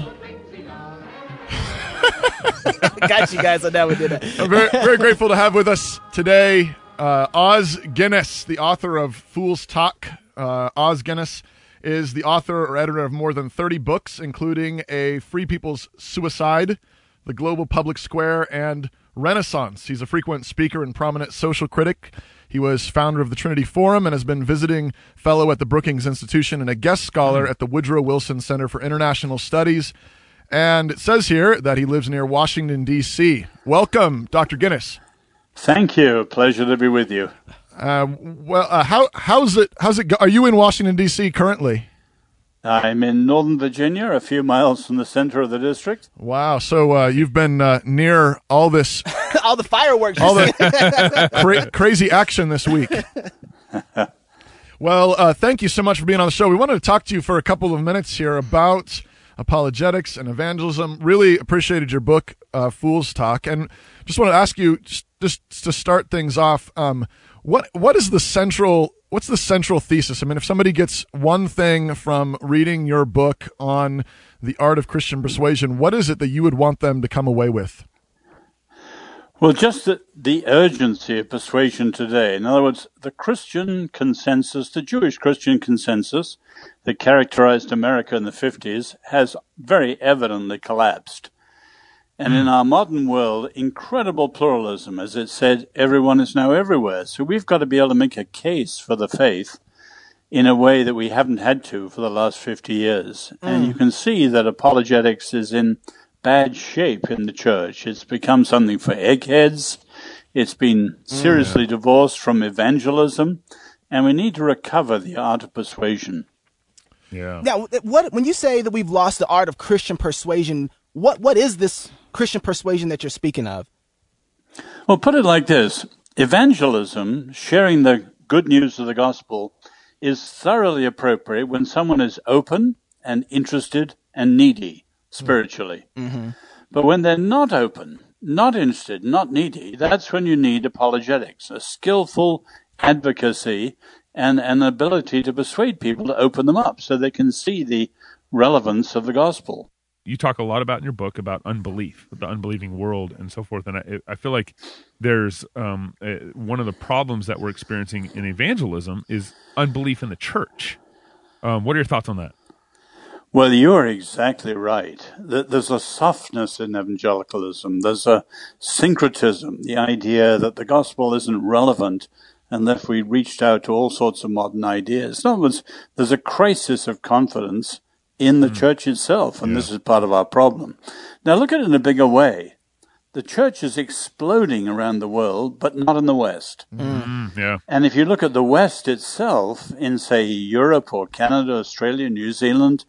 [SPEAKER 9] Got you guys on that. We did that.
[SPEAKER 7] I'm very, very grateful to have with us today uh, Oz Guinness, the author of Fool's Talk. Uh, Oz Guinness is the author or editor of more than 30 books, including A Free People's Suicide, The Global Public Square, and Renaissance. He's a frequent speaker and prominent social critic. He was founder of the Trinity Forum and has been visiting fellow at the Brookings Institution and a guest scholar at the Woodrow Wilson Center for International Studies. And it says here that he lives near Washington, D.C. Welcome, Dr. Guinness.
[SPEAKER 14] Thank you. Pleasure to be with you.
[SPEAKER 7] Uh, well, uh, how, how's it? How's it? Go- Are you in Washington, D.C. currently?
[SPEAKER 14] I'm in Northern Virginia, a few miles from the center of the district.
[SPEAKER 7] Wow. So uh, you've been uh, near all this,
[SPEAKER 9] All the fireworks.
[SPEAKER 7] all the cra- crazy action this week. Well, uh, thank you so much for being on the show. We wanted to talk to you for a couple of minutes here about apologetics and evangelism. Really appreciated your book, uh, Fool's Talk, and just want to ask you, just, just to start things off, um, what what is the central what's the central thesis? I mean, if somebody gets one thing from reading your book on the art of Christian persuasion, what is it that you would want them to come away with?
[SPEAKER 14] Well, just the, the urgency of persuasion today. In other words, the Christian consensus, the Jewish Christian consensus that characterized America in the 50s, has very evidently collapsed. And in our modern world, incredible pluralism, as it said, everyone is now everywhere. So we've got to be able to make a case for the faith in a way that we haven't had to for the last 50 years.
[SPEAKER 12] Mm.
[SPEAKER 14] And you can see that apologetics is in bad shape in the church. It's become something for eggheads. It's been seriously divorced from evangelism.
[SPEAKER 9] and we need to recover the art of persuasion.
[SPEAKER 4] Yeah.
[SPEAKER 12] Now, what when you say that we've lost the art of Christian persuasion, what what is this Christian persuasion that you're speaking of?
[SPEAKER 9] Well, put it like this evangelism, sharing the good news of the gospel, is thoroughly appropriate when someone is open and interested and needy spiritually.
[SPEAKER 15] Mm-hmm.
[SPEAKER 9] But when they're not open, not interested, not needy, that's when you need apologetics, a skillful advocacy and an ability to persuade people to open them up so they can see the relevance of the gospel.
[SPEAKER 4] you talk a lot about in your book about unbelief, the unbelieving world, and so forth. And I, I feel like there's um, uh, one of the problems that we're experiencing in evangelism is unbelief in the church. Um, what are your thoughts on that?
[SPEAKER 9] Well, you are exactly right. Th- There's a softness in evangelicalism. There's a syncretism, the idea that the gospel isn't relevant unless we reached out to all sorts of modern ideas. In other words, there's a crisis of confidence in the church itself, and this is part of our problem. Now, look at it in a bigger way. The church is exploding around the world, but not in the West.
[SPEAKER 4] Mm, yeah.
[SPEAKER 9] And if you look at the West itself, in say Europe or Canada, Australia, New Zealand,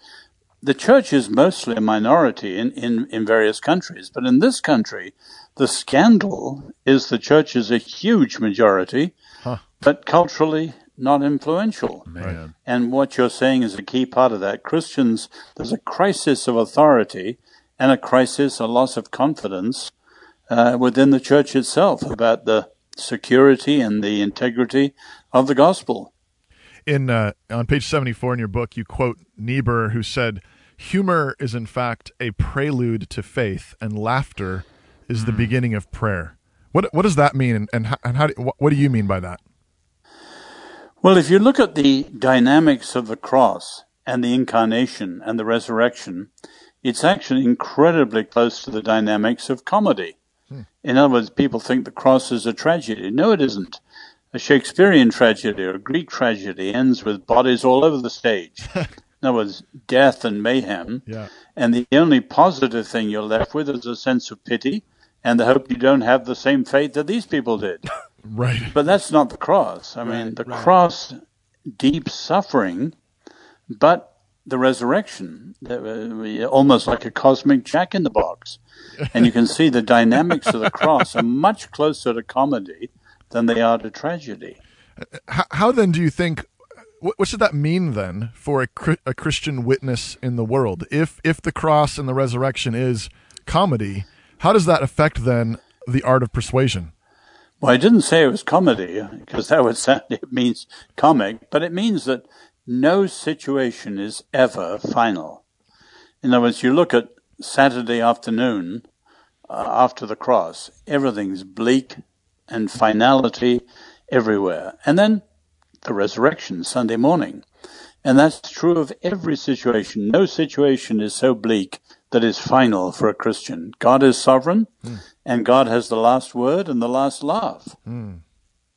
[SPEAKER 9] the church is mostly a minority in, in, in various countries. But in this country, the scandal is the church is a huge majority, but culturally not influential.
[SPEAKER 4] Man.
[SPEAKER 9] And what you're saying is a key part of that. Christians, there's a crisis of authority and a crisis, a loss of confidence uh, within the church itself about the security and the integrity of the gospel.
[SPEAKER 7] in uh, on page 74 in your book you quote niebuhr who said humor is in fact a prelude to faith and laughter is the beginning of prayer what what does that mean and, and, how, and how do, wh- what do you mean by that
[SPEAKER 9] Well, if you look at the dynamics of the cross and the incarnation and the resurrection, it's actually incredibly close to the dynamics of comedy. In other words, people think the cross is a tragedy. No, it isn't. A Shakespearean tragedy or a Greek tragedy ends with bodies all over the stage. In other words, death and mayhem.
[SPEAKER 15] Yeah.
[SPEAKER 9] And the only positive thing you're left with is a sense of pity and the hope you don't have the same fate that these people did.
[SPEAKER 7] right.
[SPEAKER 9] But that's not the cross. I mean, the cross, deep suffering, but the resurrection, the- uh, almost like a cosmic jack in the box. And you can see the dynamics of the cross are much closer to comedy than they are to tragedy.
[SPEAKER 7] how, how then do you think what, what should that mean then for a, Chri- a christian witness in the world if if the cross and the resurrection is comedy how does that affect then the art of persuasion
[SPEAKER 9] Well, I didn't say it was comedy because that would sound it means comic, but it means that no situation is ever final. In other words, you look at Saturday afternoon uh, after the cross, everything's bleak and finality everywhere. And then the resurrection Sunday morning. And that's true of every situation. No situation is so bleak that is final for a Christian. God is sovereign, and God has the last word and the last laugh.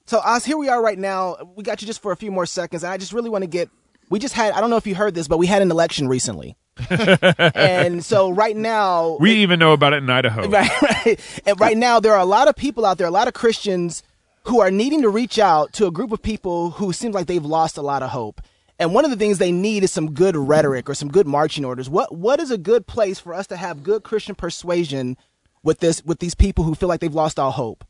[SPEAKER 12] So Oz, here we are right now. We got you just for a few more seconds, and I just really want to get. We just had. I don't know if you heard this, but we had an election recently, and so right now
[SPEAKER 4] We even know about it in Idaho.
[SPEAKER 12] Right, right. And right now, there are a lot of people out there, a lot of Christians who are needing to reach out to a group of people who seem like they've lost a lot of hope. And one of the things they need is some good rhetoric or some good marching orders. What what is a good place for us to have good Christian persuasion with this with these people who feel like they've lost all hope?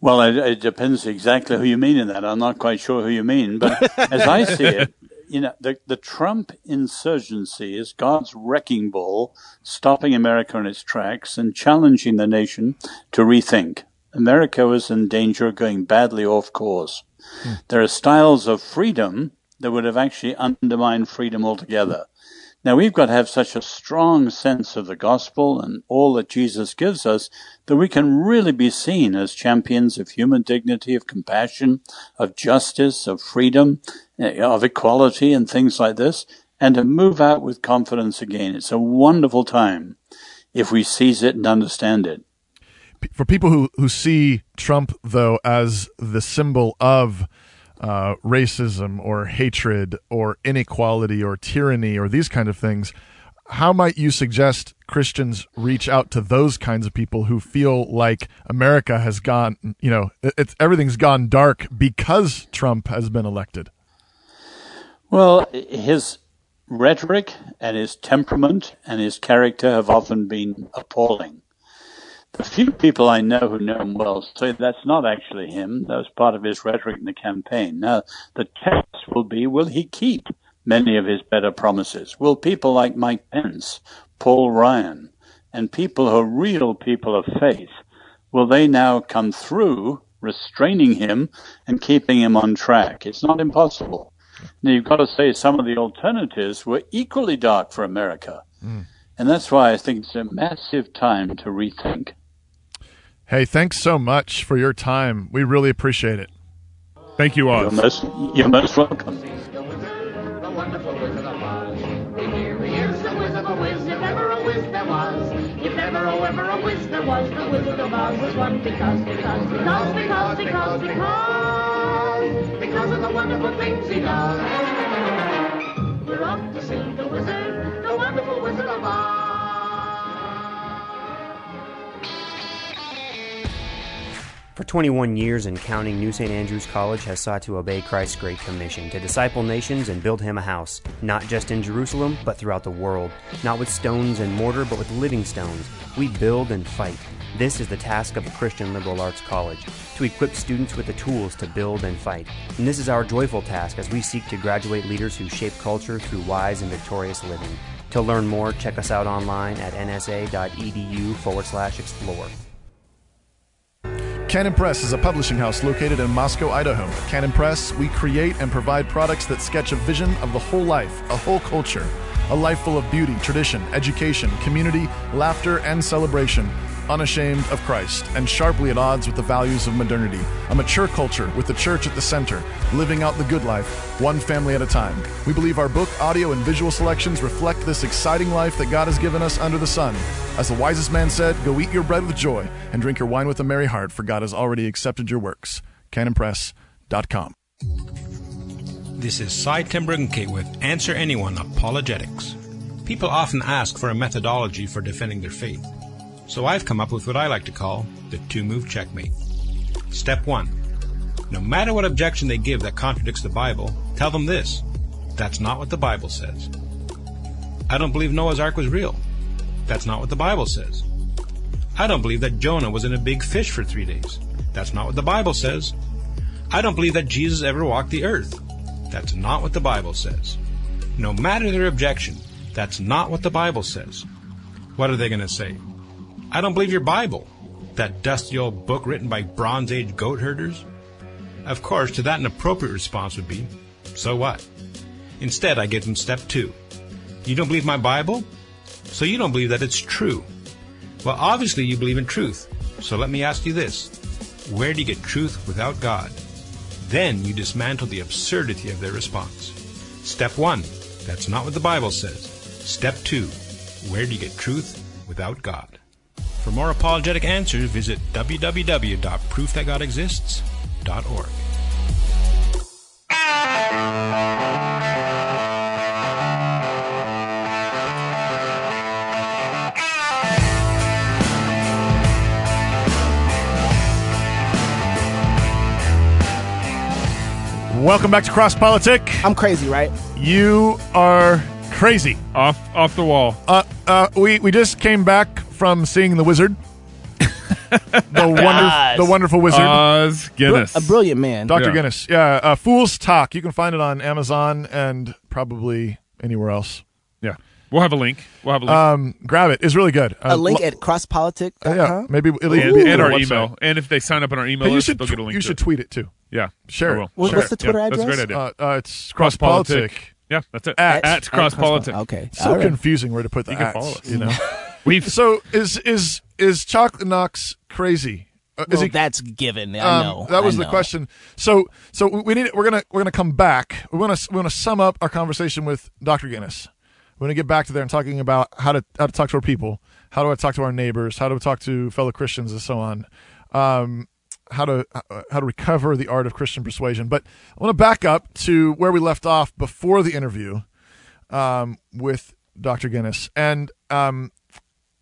[SPEAKER 9] Well, it, it depends exactly who you mean in that. I'm not quite sure who you mean, but as I see it, you know, the, the Trump insurgency is God's wrecking ball, stopping America in its tracks and challenging the nation to rethink. America is in danger of going badly off course.
[SPEAKER 12] Hmm.
[SPEAKER 9] There are styles of freedom that would have actually undermined freedom altogether. Now, we've got to have such a strong sense of the gospel and all that Jesus gives us that we can really be seen as champions of human dignity, of compassion, of justice, of freedom, eh, of equality, and things like this, and to move out with confidence again. It's a wonderful time if we seize it and understand it.
[SPEAKER 7] for people who who see Trump though as the symbol of uh, racism or hatred or inequality or tyranny or these kind of things, how might you suggest Christians reach out to those kinds of people who feel like America has gone, you know, it- it's everything's gone dark because Trump has been elected?
[SPEAKER 9] Well, his rhetoric and his temperament and his character have often been appalling. The few people I know who know him well say that's not actually him. That was part of his rhetoric in the campaign. Now, the test will be will he keep many of his better promises? Will people like Mike Pence, Paul Ryan, and people who are real people of faith, will they now come through restraining him and keeping him on track? It's not impossible. Now, you've got to say some of the alternatives were equally dark for America. And that's why I think it's a massive time to rethink.
[SPEAKER 7] Hey, thanks so much for your time. We really appreciate it. Thank you,
[SPEAKER 9] You're most, you're most welcome.
[SPEAKER 16] The wonderful Wizard of Oz. And here he is, the Wizard of Wiz. If ever a Wiz there was, if ever, oh, ever a Wiz there was, the Wizard of Oz was one because, because, because, because, because, because, because of the wonderful things he does. We're off to see the Wizard, the wonderful Wizard of
[SPEAKER 10] For 21 years and counting, New St. Andrews College has sought to obey Christ's Great Commission to disciple nations and build him a house, not just in Jerusalem, but throughout the world. Not with stones and mortar, but with living stones. We build and fight. This is the task of a Christian liberal arts college to equip students with the tools to build and fight. And this is our joyful task as we seek to graduate leaders who shape culture through wise and victorious living. To learn more, check us out online at nsa.edu forward slash explore.
[SPEAKER 7] Canon Press is a publishing house located in Moscow, Idaho. At Canon Press, we create and provide products that sketch a vision of the whole life, a whole culture, a life full of beauty, tradition, education, community, laughter, and celebration, unashamed of Christ, and sharply at odds with the values of modernity. A mature culture with the church at the center, living out the good life, one family at a time. We believe our book, audio, and visual selections reflect this exciting life that God has given us under the sun. As the wisest man said, go eat your bread with joy and drink your wine with a merry heart, for God has already accepted your works. Canonpress.com.
[SPEAKER 12] This is Cy Timbrincke with Answer Anyone Apologetics. People often ask for a methodology for defending their faith. So I've come up with what I like to call the two move checkmate. Step one No matter what objection they give that contradicts the Bible, tell them this that's not what the Bible says. I don't believe Noah's Ark was real. That's not what the Bible says. I don't believe that Jonah was in a big fish for three days. That's not what the Bible says. I don't believe that Jesus ever walked the earth. That's not what the Bible says. No matter their objection, that's not what the Bible says. What are they going to say? I don't believe your Bible. That dusty old book written by Bronze Age goat herders? Of course, to that, an appropriate response would be, so what? Instead, I give them step two. You don't believe my Bible? So you don't believe that it's true. Well, obviously, you believe in truth. So let me ask you this Where do you get truth without God? Then you dismantle the absurdity of their response. Step one, that's not what the Bible says. Step two, where do you get truth without God? For more apologetic answers, visit www.proofthatgodexists.org.
[SPEAKER 7] Welcome back to Cross Politic.
[SPEAKER 1] I'm crazy, right?
[SPEAKER 7] You are crazy.
[SPEAKER 4] Off off the wall.
[SPEAKER 7] Uh, uh, we, we just came back from seeing The Wizard. the, wonder, the Wonderful Wizard.
[SPEAKER 4] Uh, Oz Guinness.
[SPEAKER 1] A brilliant man.
[SPEAKER 7] Dr.
[SPEAKER 4] Yeah.
[SPEAKER 7] Guinness. Yeah, uh, Fool's Talk. You can find it on Amazon and probably anywhere else.
[SPEAKER 4] Yeah. We'll have a link. We'll have a link.
[SPEAKER 7] Um, grab it. It's really good. Uh,
[SPEAKER 1] A link
[SPEAKER 7] lo-
[SPEAKER 1] at crosspolitic.
[SPEAKER 7] uh, yeah, maybe it'll
[SPEAKER 4] and,
[SPEAKER 7] even be
[SPEAKER 4] and
[SPEAKER 7] on
[SPEAKER 4] our
[SPEAKER 7] website.
[SPEAKER 4] email. And if they sign up on our email
[SPEAKER 7] Hey, you
[SPEAKER 4] list,
[SPEAKER 7] should
[SPEAKER 4] they'll
[SPEAKER 7] tw-
[SPEAKER 4] get a link.
[SPEAKER 7] you
[SPEAKER 4] to
[SPEAKER 7] should
[SPEAKER 4] it.
[SPEAKER 7] tweet it too.
[SPEAKER 4] Yeah.
[SPEAKER 7] Share
[SPEAKER 4] I
[SPEAKER 7] it.
[SPEAKER 4] will.
[SPEAKER 1] What-
[SPEAKER 4] Share
[SPEAKER 1] what's
[SPEAKER 4] it.
[SPEAKER 1] the Twitter
[SPEAKER 4] Yeah, That's a great
[SPEAKER 1] address?
[SPEAKER 4] idea.
[SPEAKER 7] Uh, uh, it's
[SPEAKER 4] Cross
[SPEAKER 7] cross politic.
[SPEAKER 4] Yeah, that's it. At,
[SPEAKER 7] At- at
[SPEAKER 4] cross politic.
[SPEAKER 1] crosspolitic. Okay.
[SPEAKER 7] So
[SPEAKER 1] All right.
[SPEAKER 7] confusing where to put the
[SPEAKER 4] You can
[SPEAKER 7] ats,
[SPEAKER 4] follow us.
[SPEAKER 7] You know.
[SPEAKER 4] We've
[SPEAKER 7] so is is is Chocolate Knox crazy? Uh, is
[SPEAKER 1] Well,
[SPEAKER 7] he?
[SPEAKER 1] that's given. I
[SPEAKER 7] um,
[SPEAKER 1] know.
[SPEAKER 7] that was
[SPEAKER 1] I
[SPEAKER 7] the
[SPEAKER 1] know.
[SPEAKER 7] question. So so we we need. We're gonna we're gonna come back. We want to we want to sum up our conversation with Dr. Guinness. We're gonna get back to there and talking about how to how to talk to our people. How do I talk to our neighbors? How do I talk to fellow Christians and so on? Um, how to uh, how to recover the art of Christian persuasion. But I want to back up to where we left off before the interview um, with Dr. Guinness. And um,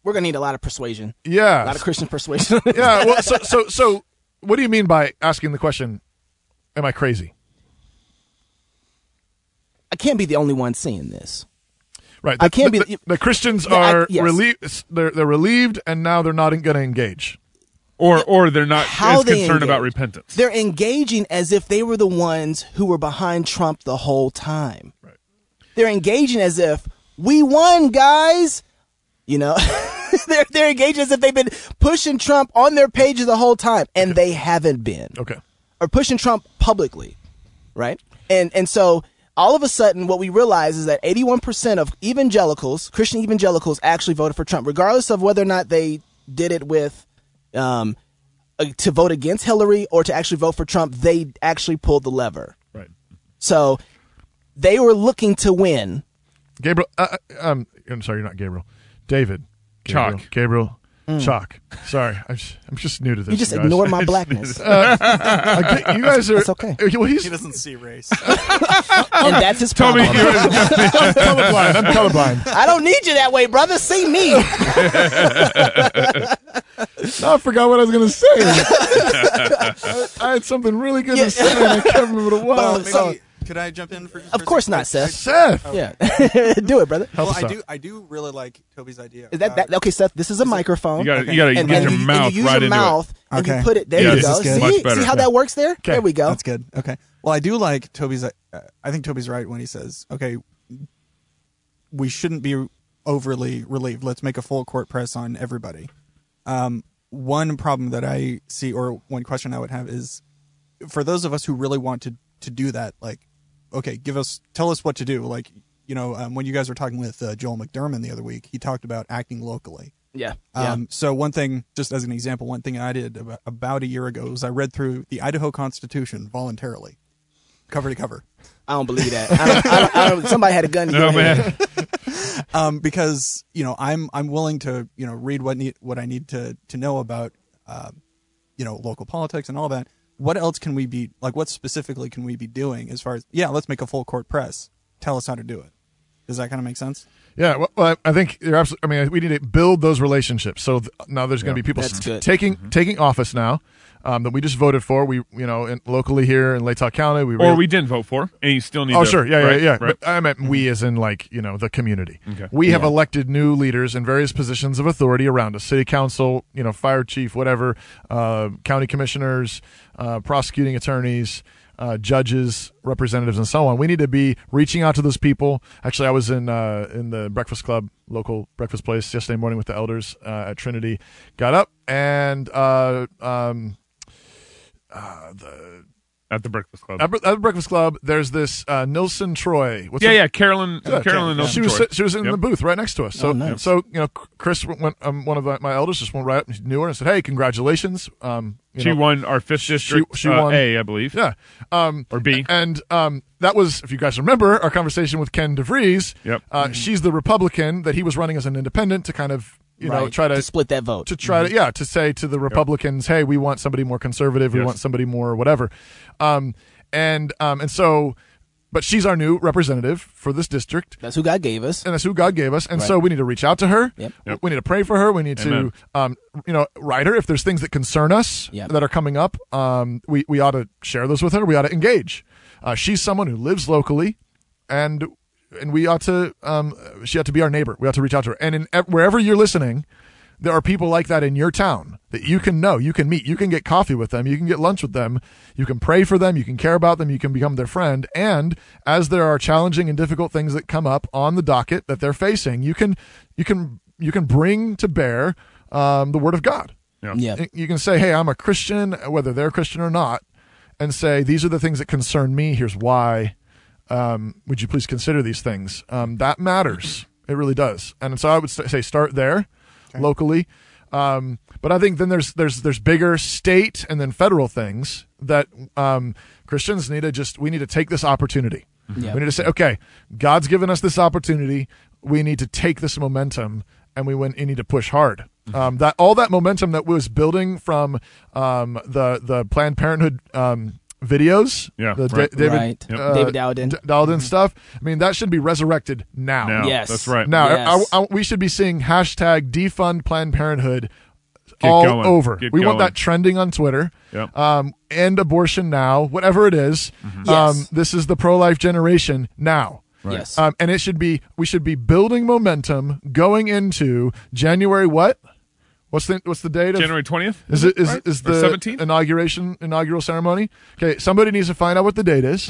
[SPEAKER 9] we're gonna need a lot of persuasion.
[SPEAKER 7] Yeah,
[SPEAKER 9] a lot of Christian persuasion.
[SPEAKER 7] yeah. Well, so so so, what do you mean by asking the question? Am I crazy?
[SPEAKER 9] I can't be the only one seeing this.
[SPEAKER 7] Right.
[SPEAKER 9] I can't
[SPEAKER 7] the,
[SPEAKER 9] be-
[SPEAKER 7] the, the Christians
[SPEAKER 9] Yeah, I-
[SPEAKER 7] are
[SPEAKER 9] yes.
[SPEAKER 7] relieved. They're they're relieved, and now they're not going to engage.
[SPEAKER 4] Or or they're not
[SPEAKER 9] How
[SPEAKER 4] as
[SPEAKER 9] they
[SPEAKER 4] concerned about
[SPEAKER 9] engage.
[SPEAKER 4] repentance.
[SPEAKER 9] They're engaging as if they were the ones who were behind Trump the whole time. Right. They're engaging as if we won, guys. You know, they're they're engaging as if they've been pushing Trump on their pages the whole time, and they haven't been.
[SPEAKER 7] Okay.
[SPEAKER 9] Or pushing Trump publicly, right? And and so all of a sudden, what we realize is that 81% of evangelicals, Christian evangelicals, actually voted for Trump, regardless of whether or not they did it with um, uh, to vote against Hillary or to actually vote for Trump, they actually pulled the lever.
[SPEAKER 7] Right.
[SPEAKER 9] So they were looking to win.
[SPEAKER 7] Gabriel, uh, uh, um, I'm sorry, you're not Gabriel. David. Gabriel,
[SPEAKER 9] Chalk.
[SPEAKER 7] Gabriel.
[SPEAKER 9] Mm.
[SPEAKER 7] Chalk. Sorry, I'm just, I'm just new to this.
[SPEAKER 9] You just
[SPEAKER 7] guys.
[SPEAKER 9] ignored my blackness.
[SPEAKER 7] Uh, I get- you guys are
[SPEAKER 9] That's okay.
[SPEAKER 7] uh, well, he's-
[SPEAKER 10] he doesn't see race.
[SPEAKER 9] and that's his
[SPEAKER 7] Tell me
[SPEAKER 9] problem.
[SPEAKER 7] you guys- I'm colorblind. I'm colorblind.
[SPEAKER 9] I don't need you that way, brother. See me.
[SPEAKER 7] Now I forgot what I was going to say. I, I had something really good to say, and I can't remember what it
[SPEAKER 10] Well,
[SPEAKER 7] was.
[SPEAKER 10] maybe, could I jump in for?
[SPEAKER 9] of course not, Seth.
[SPEAKER 7] Seth.
[SPEAKER 9] Yeah, do it, brother.
[SPEAKER 10] Well, I do. I do really like Toby's idea.
[SPEAKER 9] Is that, that okay, Seth? This is a microphone.
[SPEAKER 4] You gotta- you gotta
[SPEAKER 9] and,
[SPEAKER 4] get
[SPEAKER 9] and
[SPEAKER 4] your
[SPEAKER 9] you, and
[SPEAKER 4] mouth
[SPEAKER 9] you use
[SPEAKER 4] right
[SPEAKER 9] your
[SPEAKER 4] into it.
[SPEAKER 9] mouth And
[SPEAKER 10] Okay.
[SPEAKER 9] you put it there.
[SPEAKER 10] Yeah,
[SPEAKER 9] you
[SPEAKER 10] this
[SPEAKER 9] go.
[SPEAKER 10] is good.
[SPEAKER 9] See,
[SPEAKER 10] Much
[SPEAKER 9] see
[SPEAKER 10] better.
[SPEAKER 9] how
[SPEAKER 10] Yeah.
[SPEAKER 9] that works there? There we go.
[SPEAKER 10] That's good. Okay. Well, I do like Toby's. Uh, I think Toby's right when he says, "Okay, we shouldn't be overly relieved. Let's make a full court press on everybody." Um, one problem that I see, or one question I would have, is for those of us who really want to to do that, like, okay, give us, tell us what to do. Like, you know, um, when you guys were talking with uh, Joel McDermott the other week, he talked about acting locally.
[SPEAKER 9] Yeah.
[SPEAKER 10] Um, So one thing, just as an example, one thing I did about, about a year ago was I read through the Idaho Constitution voluntarily, cover to cover.
[SPEAKER 9] I don't believe that. I don't, I don't, I don't, somebody had a gun. to your head.
[SPEAKER 10] um, because you know I'm I'm willing to you know read what need what I need to to know about um, you know local politics and all that. What else can we be like? What specifically can we be doing as far as yeah? Let's make a full court press. Tell us how to do it. Does that kind of make sense?
[SPEAKER 7] Yeah, well, well, I I think you're absolutely. I mean, we need to build those relationships. So th- now there's going to
[SPEAKER 10] Yeah.
[SPEAKER 7] be people
[SPEAKER 10] That's
[SPEAKER 7] s-
[SPEAKER 10] good. Mm-hmm.
[SPEAKER 7] taking taking office now um, that we just voted for. We you know in, locally here in Latah County, we
[SPEAKER 4] or
[SPEAKER 7] really-
[SPEAKER 4] we didn't vote for, and you still need.
[SPEAKER 7] Oh
[SPEAKER 4] to,
[SPEAKER 7] sure, yeah,
[SPEAKER 4] right,
[SPEAKER 7] yeah, yeah.
[SPEAKER 4] right.
[SPEAKER 7] But I meant we as in like you know the community.
[SPEAKER 4] Okay.
[SPEAKER 7] We have
[SPEAKER 4] Yeah.
[SPEAKER 7] elected new leaders in various positions of authority around us: city council, you know, fire chief, whatever, uh, county commissioners, uh, prosecuting attorneys. Uh, judges, representatives, and so on. We need to be reaching out to those people. Actually, I was in uh, in the Breakfast Club, local breakfast place, yesterday morning with the elders uh, at Trinity. Got up and uh, um, uh, the
[SPEAKER 4] at the Breakfast Club.
[SPEAKER 7] at, Bre- at the Breakfast Club, there's this uh, Nilson Troy. What's
[SPEAKER 4] Yeah,
[SPEAKER 7] her-
[SPEAKER 4] yeah, Carolyn- Carolyn Nilsson
[SPEAKER 7] She was
[SPEAKER 4] Troy.
[SPEAKER 7] sit- she was in
[SPEAKER 4] Yep.
[SPEAKER 7] the booth right next to us. So
[SPEAKER 4] Oh, nice.
[SPEAKER 7] so you know, C- Chris, went, um, one of my, my elders, just went right up, and knew her and said, "Hey, congratulations." Um, you
[SPEAKER 4] She
[SPEAKER 7] know,
[SPEAKER 4] won our fifth district.
[SPEAKER 7] She, she
[SPEAKER 4] uh,
[SPEAKER 7] won
[SPEAKER 4] A, I believe.
[SPEAKER 7] Yeah, um,
[SPEAKER 4] or B.
[SPEAKER 7] And um, that was, if you guys remember, our conversation with Ken DeVries.
[SPEAKER 4] Yep.
[SPEAKER 7] Uh,
[SPEAKER 9] Mm-hmm.
[SPEAKER 7] She's the Republican that he was running as an independent to kind of. You know,
[SPEAKER 9] Right,
[SPEAKER 7] try to,
[SPEAKER 9] to split that vote.
[SPEAKER 7] To try
[SPEAKER 4] Mm-hmm.
[SPEAKER 9] Mhm.
[SPEAKER 7] to, yeah, to say to the Republicans, "Hey, we want somebody more conservative. We
[SPEAKER 9] Yes.
[SPEAKER 7] want somebody more whatever." Um, and um, and so, but she's our new representative for this district.
[SPEAKER 9] That's who God gave us,
[SPEAKER 7] and that's who God gave us. And
[SPEAKER 9] Right.
[SPEAKER 7] so we need to reach out to her.
[SPEAKER 9] Yep.
[SPEAKER 4] Yep.
[SPEAKER 7] We need to pray for her. We need
[SPEAKER 4] Amen.
[SPEAKER 7] to, um, you know, write her if there's things that concern us
[SPEAKER 4] Yep.
[SPEAKER 7] that are coming up. Um, we we ought to share those with her. We ought to engage. Uh, she's someone who lives locally, and and we ought to. Um, she ought to be our neighbor. We ought to reach out to her. And in ev- wherever you're listening. There are people like that in your town that you can know, you can meet, you can get coffee with them, you can get lunch with them, you can pray for them, you can care about them, you can become their friend. And as there are challenging and difficult things that come up on the docket that they're facing, you can you can you can bring to bear um, the word of God.
[SPEAKER 4] Yeah.
[SPEAKER 9] Yeah.
[SPEAKER 7] You can say, "Hey, I'm a Christian," uh, whether they're Christian or not, and say, "These are the things that concern me. Here's why. Um, would you please consider these things?" Um, that matters. It really does. And so I would st- say start there, locally. Um, but I think then there's there's there's bigger state and then federal things that um, Christians need to just we need to take this opportunity.
[SPEAKER 4] Yeah.
[SPEAKER 7] We need to say, okay, God's given us this opportunity. We need to take this momentum, and we, win, we need to push hard.
[SPEAKER 4] Mm-hmm.
[SPEAKER 7] Um, that all that momentum that was building from um, the the Planned Parenthood um, videos.
[SPEAKER 4] Yeah,
[SPEAKER 7] the Da-
[SPEAKER 4] right.
[SPEAKER 7] David uh,
[SPEAKER 4] Right. Yep.
[SPEAKER 9] David Dowden. Mm-hmm.
[SPEAKER 7] D- Dowden stuff. I mean, that should be resurrected now.
[SPEAKER 4] Now. Yes. That's right.
[SPEAKER 7] Now, I-
[SPEAKER 4] Yes.
[SPEAKER 7] I- I- we should be seeing hashtag defund Planned Parenthood
[SPEAKER 4] Get
[SPEAKER 7] all
[SPEAKER 4] going.
[SPEAKER 7] over.
[SPEAKER 4] Get
[SPEAKER 7] we want
[SPEAKER 4] going.
[SPEAKER 7] that trending on Twitter.
[SPEAKER 4] Yep.
[SPEAKER 7] Um, end abortion now, whatever it is.
[SPEAKER 4] Mm-hmm.
[SPEAKER 7] Um, this is the pro-life generation now.
[SPEAKER 4] Right. Yes.
[SPEAKER 7] Um, and it should be we should be building momentum going into January what? What's the what's the date? Of,
[SPEAKER 4] January 20th?
[SPEAKER 7] Is it is,
[SPEAKER 4] Right?
[SPEAKER 7] is
[SPEAKER 4] Or
[SPEAKER 7] the
[SPEAKER 4] 17th?
[SPEAKER 7] inauguration inaugural ceremony? Okay, somebody needs to find out what the date is.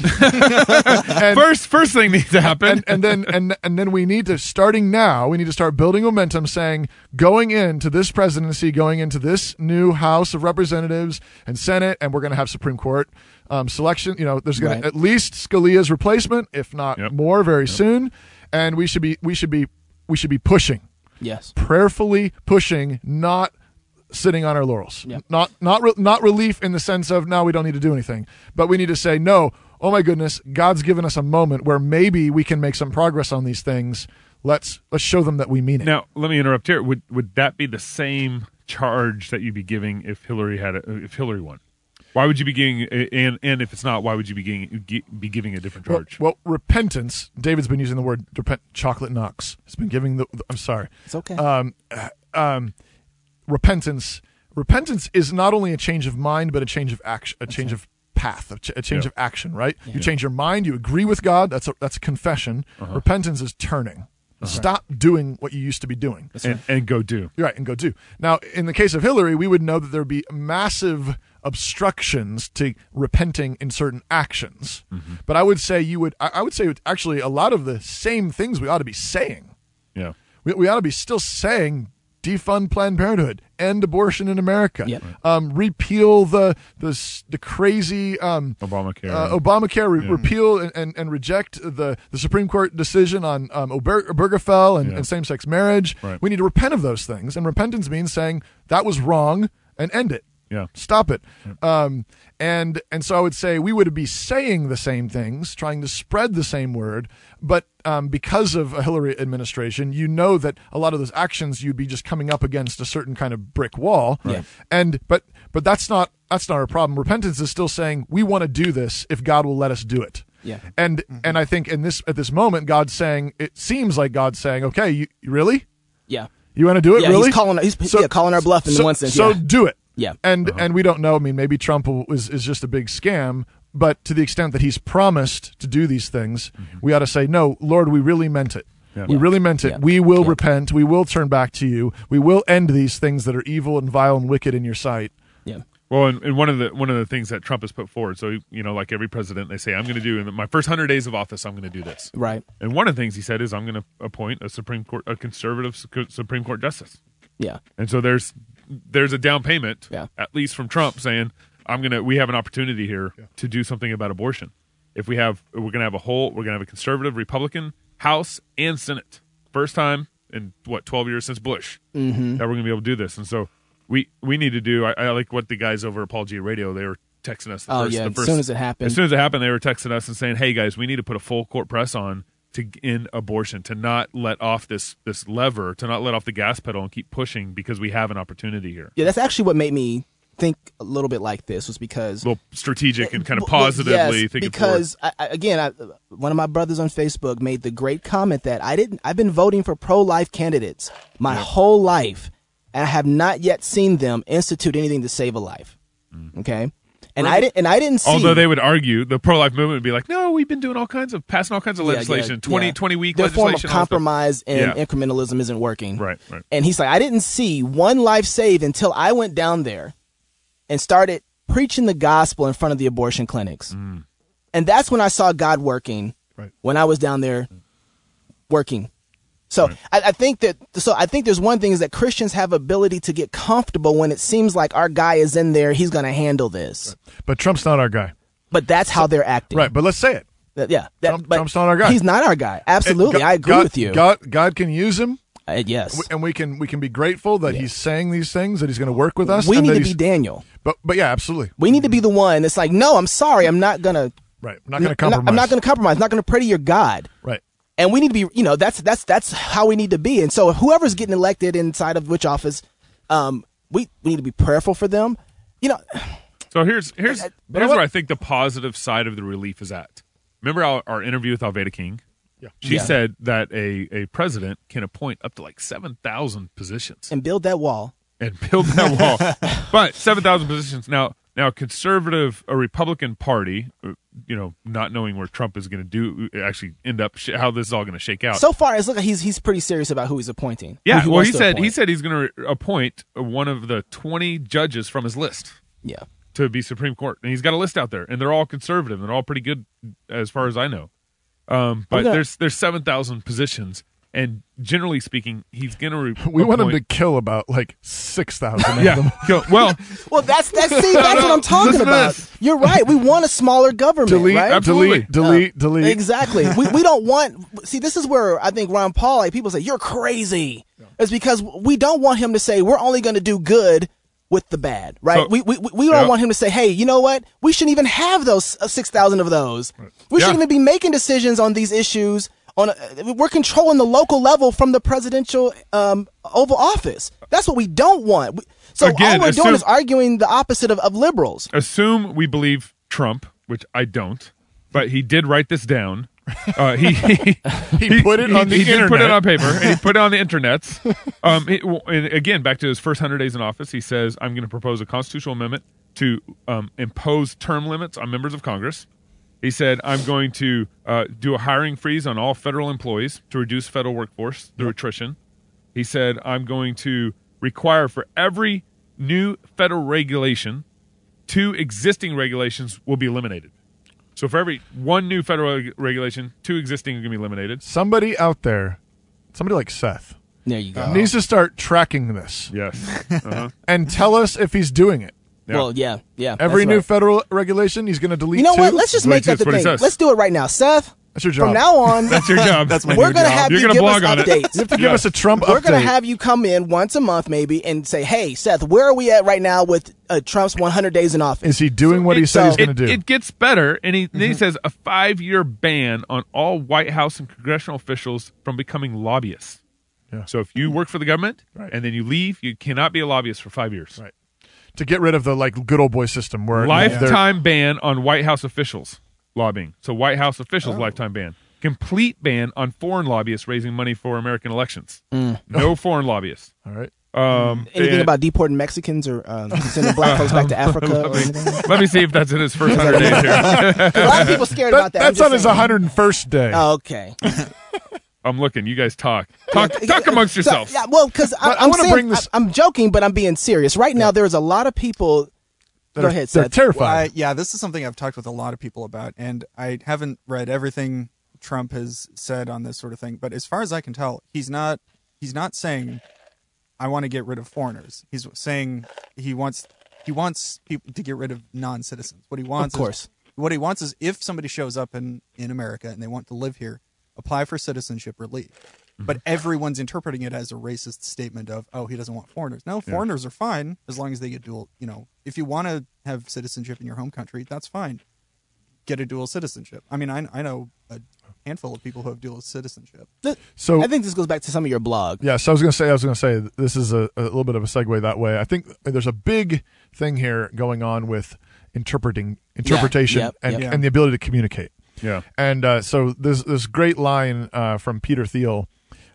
[SPEAKER 4] first first thing needs to happen.
[SPEAKER 7] And, and then and and then we need to starting now. We need to start building momentum, saying going into this presidency, going into this new House of Representatives and Senate, and we're going to have Supreme Court um, selection. You know, there's going
[SPEAKER 8] Right.
[SPEAKER 7] to at least Scalia's replacement, if not more, very soon. And we should be we should be we should be pushing,
[SPEAKER 9] Yes.
[SPEAKER 7] prayerfully pushing, not sitting on our laurels. Not not re- not relief in the sense of now we don't need to do anything, but we need to say no. Oh my goodness, God's given us a moment where maybe we can make some progress on these things. Let's let's show them that we mean it.
[SPEAKER 4] Now, let me interrupt here. Would would that be the same charge that you'd be giving if Hillary had a, if Hillary won? Why would you be giving and and if it's not, why would you be giving gi- be giving a different
[SPEAKER 7] Well,
[SPEAKER 4] charge?
[SPEAKER 7] well, repentance. David's been using the word repent. Chocolate Knox has been giving the. I'm sorry.
[SPEAKER 9] It's okay.
[SPEAKER 7] Um, uh, um, repentance. Repentance is not only a change of mind, but a change of action, a change of path, a, ch- a change
[SPEAKER 8] Yeah.
[SPEAKER 7] of action. Right?
[SPEAKER 8] Yeah.
[SPEAKER 7] You change your mind. You agree with God. That's a, that's a confession.
[SPEAKER 8] Uh-huh.
[SPEAKER 7] Repentance is turning.
[SPEAKER 8] Uh-huh.
[SPEAKER 7] Stop doing what you used to be doing.
[SPEAKER 4] and, and go do.
[SPEAKER 7] You're right, and go do. Now, in the case of Hillary, we would know that there'd be massive obstructions to repenting in certain actions. But I would say you would, I I would say actually a lot of the same things we ought to be saying.
[SPEAKER 4] Yeah.
[SPEAKER 7] We, we ought to be still saying defund Planned Parenthood, end abortion in America, um, repeal the, the, s- the crazy um,
[SPEAKER 4] Obamacare.
[SPEAKER 7] uh, Obamacare re-
[SPEAKER 4] Yeah.
[SPEAKER 7] repeal and, and, and reject the, the Supreme Court decision on um, Ober- Obergefell and,
[SPEAKER 8] Yeah.
[SPEAKER 7] and same sex marriage.
[SPEAKER 8] Right.
[SPEAKER 7] We need to repent of those things. And repentance means saying that was wrong and end it.
[SPEAKER 4] Yeah.
[SPEAKER 7] Stop it. Um, and and so I would say we would be saying the same things, trying to spread the same word, but um, because of a Hillary administration, you know that a lot of those actions you'd be just coming up against a certain kind of brick wall.
[SPEAKER 8] Right. Yeah.
[SPEAKER 7] And but but that's not that's not our problem. Repentance is still saying we want to do this if God will let us do it.
[SPEAKER 8] Yeah.
[SPEAKER 7] And and I think in this at this moment God's saying it seems like God's saying, okay, you you really?
[SPEAKER 9] Yeah.
[SPEAKER 7] You want to do it
[SPEAKER 9] Yeah,
[SPEAKER 7] really?
[SPEAKER 9] he's calling- he's- yeah, calling our bluff in
[SPEAKER 7] so,
[SPEAKER 9] one sense,
[SPEAKER 7] So
[SPEAKER 9] yeah.
[SPEAKER 7] do it.
[SPEAKER 9] Yeah.
[SPEAKER 7] And and we don't know. I mean, maybe Trump will- is is just a big scam. But to the extent that he's promised to do these things, we ought to say, no, Lord, we really meant it.
[SPEAKER 8] Yeah.
[SPEAKER 7] We
[SPEAKER 8] Yeah.
[SPEAKER 7] really meant it. We will repent. We will turn back to you. We will end these things that are evil and vile and wicked in your sight.
[SPEAKER 9] Yeah.
[SPEAKER 4] Well, and, and one of the one of the things that Trump has put forward, so you know, like every president, they say, "I'm going to do in my first hundred days of office, I'm going to do this."
[SPEAKER 9] Right.
[SPEAKER 4] And one of the things he said is, "I'm going to appoint a Supreme Court, a conservative su- Supreme Court justice."
[SPEAKER 9] Yeah.
[SPEAKER 4] And so there's there's a down payment, at least from Trump, saying, "I'm going to. We have an opportunity here to do something about abortion. If we have, we're going to have a whole, we're going to have a conservative Republican House and Senate, first time in what 12 years since Bush."
[SPEAKER 8] Mm-hmm.
[SPEAKER 4] that we're gonna be able to do this. And so we we need to do. I, I like what the guys over at Paul G Radio they were texting us. The
[SPEAKER 9] Oh,
[SPEAKER 4] first,
[SPEAKER 9] yeah,
[SPEAKER 4] the
[SPEAKER 9] as
[SPEAKER 4] first-
[SPEAKER 9] soon as it happened.
[SPEAKER 4] As soon as it happened, they were texting us and saying, "Hey guys, we need to put a full court press on to g- end abortion, to not let off this this lever, to not let off the gas pedal, and keep pushing because we have an opportunity here."
[SPEAKER 9] Yeah, that's actually what made me think a little bit like this was because
[SPEAKER 4] well, strategic and kind of
[SPEAKER 9] Well, well,
[SPEAKER 4] positively
[SPEAKER 9] yes,
[SPEAKER 4] thinking
[SPEAKER 9] because I, I, again, I, one of my brothers on Facebook made the great comment that I didn't. I've been voting for pro-life candidates my whole life, and I have not yet seen them institute anything to save a life.
[SPEAKER 10] Mm.
[SPEAKER 9] Okay, and I didn't. And I didn't see.
[SPEAKER 4] Although they would argue, the pro life movement would be like, "No, we've been doing all kinds of passing all kinds of
[SPEAKER 9] Yeah,
[SPEAKER 4] legislation,
[SPEAKER 9] yeah,
[SPEAKER 4] twenty
[SPEAKER 9] yeah.
[SPEAKER 4] twenty 20, week
[SPEAKER 9] Their
[SPEAKER 4] legislation."
[SPEAKER 9] form of
[SPEAKER 4] all this stuff."
[SPEAKER 9] compromism and
[SPEAKER 4] Yeah.
[SPEAKER 9] incrementalism isn't working.
[SPEAKER 4] Right, right.
[SPEAKER 9] And he's like, I didn't see one life saved until I went down there and started preaching the gospel in front of the abortion clinics. And that's when I saw God working
[SPEAKER 7] Mm. Right.
[SPEAKER 9] when I was down there working. So I, I think that so I think there's one thing is that Christians have ability to get comfortable when it seems like our guy is in there, he's gonna handle this.
[SPEAKER 7] But Trump's not our guy.
[SPEAKER 9] But that's how they're acting.
[SPEAKER 7] Right. But let's say it.
[SPEAKER 9] That- yeah. That,
[SPEAKER 7] Trump-
[SPEAKER 9] but
[SPEAKER 7] Trump's not our guy.
[SPEAKER 9] He's not our guy. Absolutely.
[SPEAKER 7] And
[SPEAKER 9] I agree
[SPEAKER 7] God-
[SPEAKER 9] with you. Uh,
[SPEAKER 7] God, God can use him.
[SPEAKER 9] yes,
[SPEAKER 7] and we can we can be grateful that he's saying these things that he's going to work with us.
[SPEAKER 9] We
[SPEAKER 7] and
[SPEAKER 9] need
[SPEAKER 7] that
[SPEAKER 9] to be
[SPEAKER 7] he's-
[SPEAKER 9] Daniel.
[SPEAKER 7] But but yeah, absolutely.
[SPEAKER 9] We need to be the one that's like, no, I'm sorry, I'm not gonna.
[SPEAKER 7] Right, I'm not gonna
[SPEAKER 9] I'm not
[SPEAKER 7] compromise.
[SPEAKER 9] gonna compromise. I'm not gonna pray to your God.
[SPEAKER 7] Right.
[SPEAKER 9] And we need to be, you know, that's that's that's how we need to be. And so whoever's getting elected inside of which office, um, we we need to be prayerful for them. You know,
[SPEAKER 4] So here's here's here's
[SPEAKER 7] but I
[SPEAKER 4] where
[SPEAKER 7] want-
[SPEAKER 4] I think the positive side of the relief is at. Remember our, our interview with Alveda King?
[SPEAKER 7] Yeah.
[SPEAKER 4] She
[SPEAKER 9] Yeah.
[SPEAKER 4] said that a, a president can appoint up to like 7,000 positions
[SPEAKER 9] and build that wall.
[SPEAKER 4] and build that wall. but 7,000 positions. Now, now a conservative, a Republican party, uh, you know, not knowing where Trump is going to do, uh, actually end up, sh- how this is all going to shake out.
[SPEAKER 9] So far, it's look like he's he's pretty serious about who he's appointing. who
[SPEAKER 4] yeah, well,
[SPEAKER 9] wants
[SPEAKER 4] he
[SPEAKER 9] to
[SPEAKER 4] said he
[SPEAKER 9] appoint.
[SPEAKER 4] said he's going to appoint one of the twenty judges from his list.
[SPEAKER 9] Yeah.
[SPEAKER 4] to be Supreme Court, and he's got a list out there, and they're all conservative, and they're all pretty good as far as I know. Um, but
[SPEAKER 7] Okay.
[SPEAKER 4] there's there's seven thousand positions, and generally speaking, he's going to. Re-
[SPEAKER 7] We want him to
[SPEAKER 4] appoint-
[SPEAKER 7] kill about like six thousand of
[SPEAKER 4] Yeah.
[SPEAKER 7] them.
[SPEAKER 4] go- well,
[SPEAKER 9] Well, that's that's see, that's what I'm talking
[SPEAKER 7] Listen to
[SPEAKER 9] about.
[SPEAKER 7] this.
[SPEAKER 9] You're right. We want a smaller government,
[SPEAKER 7] Delete,
[SPEAKER 9] right? Uh,
[SPEAKER 7] Absolutely. delete, delete,
[SPEAKER 9] Yeah.
[SPEAKER 7] delete.
[SPEAKER 9] Exactly. we we don't want. See, this is where I think Ron Paul, like people say, you're crazy. It's because we don't want him to say we're only going to do good with the bad, right?
[SPEAKER 10] So-
[SPEAKER 9] we we we we don't
[SPEAKER 10] Yeah.
[SPEAKER 9] want him to say, hey, you know what? We shouldn't even have those uh, six thousand of those. We
[SPEAKER 10] Yeah.
[SPEAKER 9] shouldn't even be making decisions on these issues. On a, we're controlling the local level from the presidential um, Oval Office. That's what we don't want. We- so
[SPEAKER 4] Again,
[SPEAKER 9] all we're
[SPEAKER 4] assume-
[SPEAKER 9] doing is arguing the opposite of, of liberals.
[SPEAKER 4] assume we believe Trump, which I don't, but he did write this down. Uh, he, he
[SPEAKER 7] He put it on the
[SPEAKER 4] he did put it
[SPEAKER 7] internet.
[SPEAKER 4] on paper and he put it on the internet. Um, it- w- and again, back to his first hundred days in office, he says, "I'm going to propose a constitutional amendment to um, impose term limits on members of Congress." He said, "I'm going to uh, do a hiring freeze on all federal employees to reduce federal workforce through attrition." He said, "I'm going to require for every new federal regulation two existing regulations will be eliminated. So for every one new federal reg- regulation, two existing are going to be eliminated.
[SPEAKER 7] Somebody out there, somebody like Seth,
[SPEAKER 9] There you go.
[SPEAKER 7] needs to start tracking this.
[SPEAKER 4] Yes.
[SPEAKER 7] and tell us if he's doing it.
[SPEAKER 9] Well, Oh, yeah, yeah.
[SPEAKER 7] Every
[SPEAKER 9] that's
[SPEAKER 7] new
[SPEAKER 9] right.
[SPEAKER 7] federal regulation, he's going to delete.
[SPEAKER 9] You know
[SPEAKER 7] two.
[SPEAKER 9] what? Let's just make that the thing. Let's do it right now, Seth.
[SPEAKER 7] That's your job.
[SPEAKER 9] From now on,
[SPEAKER 7] That's your job. That's my
[SPEAKER 9] we're
[SPEAKER 7] new
[SPEAKER 9] gonna
[SPEAKER 7] job.
[SPEAKER 9] have
[SPEAKER 7] You're
[SPEAKER 9] you
[SPEAKER 7] gonna
[SPEAKER 9] give us
[SPEAKER 7] blog on it.
[SPEAKER 9] updates.
[SPEAKER 7] You have to give us a Trump
[SPEAKER 9] We're gonna
[SPEAKER 7] update.
[SPEAKER 9] have you come in once a month, maybe, and say, "Hey, Seth, where are we at right now with uh, Trump's 100 days in office?"
[SPEAKER 7] Is he doing what he said he's going
[SPEAKER 4] it,
[SPEAKER 7] to do? Mm-hmm.
[SPEAKER 4] It gets better, and he, then he says a five-year ban on all White House and congressional officials from becoming lobbyists. So if you work for the government and then you leave, you cannot be a lobbyist for five years. Right.
[SPEAKER 7] to get rid of the like good old boy system where they're-
[SPEAKER 4] Lifetime ban on White House officials lobbying. So White House officials
[SPEAKER 7] Oh.
[SPEAKER 4] lifetime ban. Complete ban on foreign lobbyists raising money for American elections.
[SPEAKER 9] Mm.
[SPEAKER 4] No foreign lobbyists.
[SPEAKER 7] All right. Mm.
[SPEAKER 4] Um,
[SPEAKER 9] Anything
[SPEAKER 4] and-
[SPEAKER 9] about deporting Mexicans or um, sending black folks back to Africa? or
[SPEAKER 4] let,
[SPEAKER 9] anything?
[SPEAKER 4] me, let me see if that's in his first hundred days here.
[SPEAKER 9] a lot of people scared about that. I'm
[SPEAKER 7] That's
[SPEAKER 9] just
[SPEAKER 7] on his
[SPEAKER 9] saying.
[SPEAKER 7] 101st day.
[SPEAKER 9] Oh, okay.
[SPEAKER 4] I'm looking. You guys talk. Talk, talk amongst
[SPEAKER 9] So-
[SPEAKER 4] yourselves.
[SPEAKER 9] yeah, well, because
[SPEAKER 7] But I
[SPEAKER 9] I'm
[SPEAKER 7] wanna
[SPEAKER 9] saying-
[SPEAKER 7] bring this-
[SPEAKER 9] I- I'm joking, but I'm being serious. Right now, there's a lot of people. Go ahead, Seth.
[SPEAKER 10] Well, I- yeah, this is something I've talked with a lot of people about, and I haven't read everything Trump has said on this sort of thing. But as far as I can tell, he's not he's not saying I want to get rid of foreigners. He's saying he wants he wants people to get rid of non citizens. What he wants,
[SPEAKER 9] Of course.
[SPEAKER 10] is, what he wants is if somebody shows up in in America and they want to live here, apply for citizenship relief.
[SPEAKER 9] Mm-hmm.
[SPEAKER 10] But everyone's interpreting it as a racist statement of, oh, he doesn't want foreigners. No,
[SPEAKER 7] Yeah.
[SPEAKER 10] foreigners are fine as long as they get dual. You know, if you want to have citizenship in your home country, that's fine. Get a dual citizenship. I mean, I, I know a handful of people who have dual citizenship.
[SPEAKER 7] So-
[SPEAKER 9] I think this goes back to some of your blog.
[SPEAKER 7] Yeah, so I was going to say, I was going to say, this is a, a little bit of a segue that way. I think there's a big thing here going on with interpreting, interpretation,
[SPEAKER 8] yep,
[SPEAKER 7] and
[SPEAKER 8] yep.
[SPEAKER 7] and the ability to communicate.
[SPEAKER 8] Yeah.
[SPEAKER 7] And uh, so there's this great line uh, from Peter Thiel,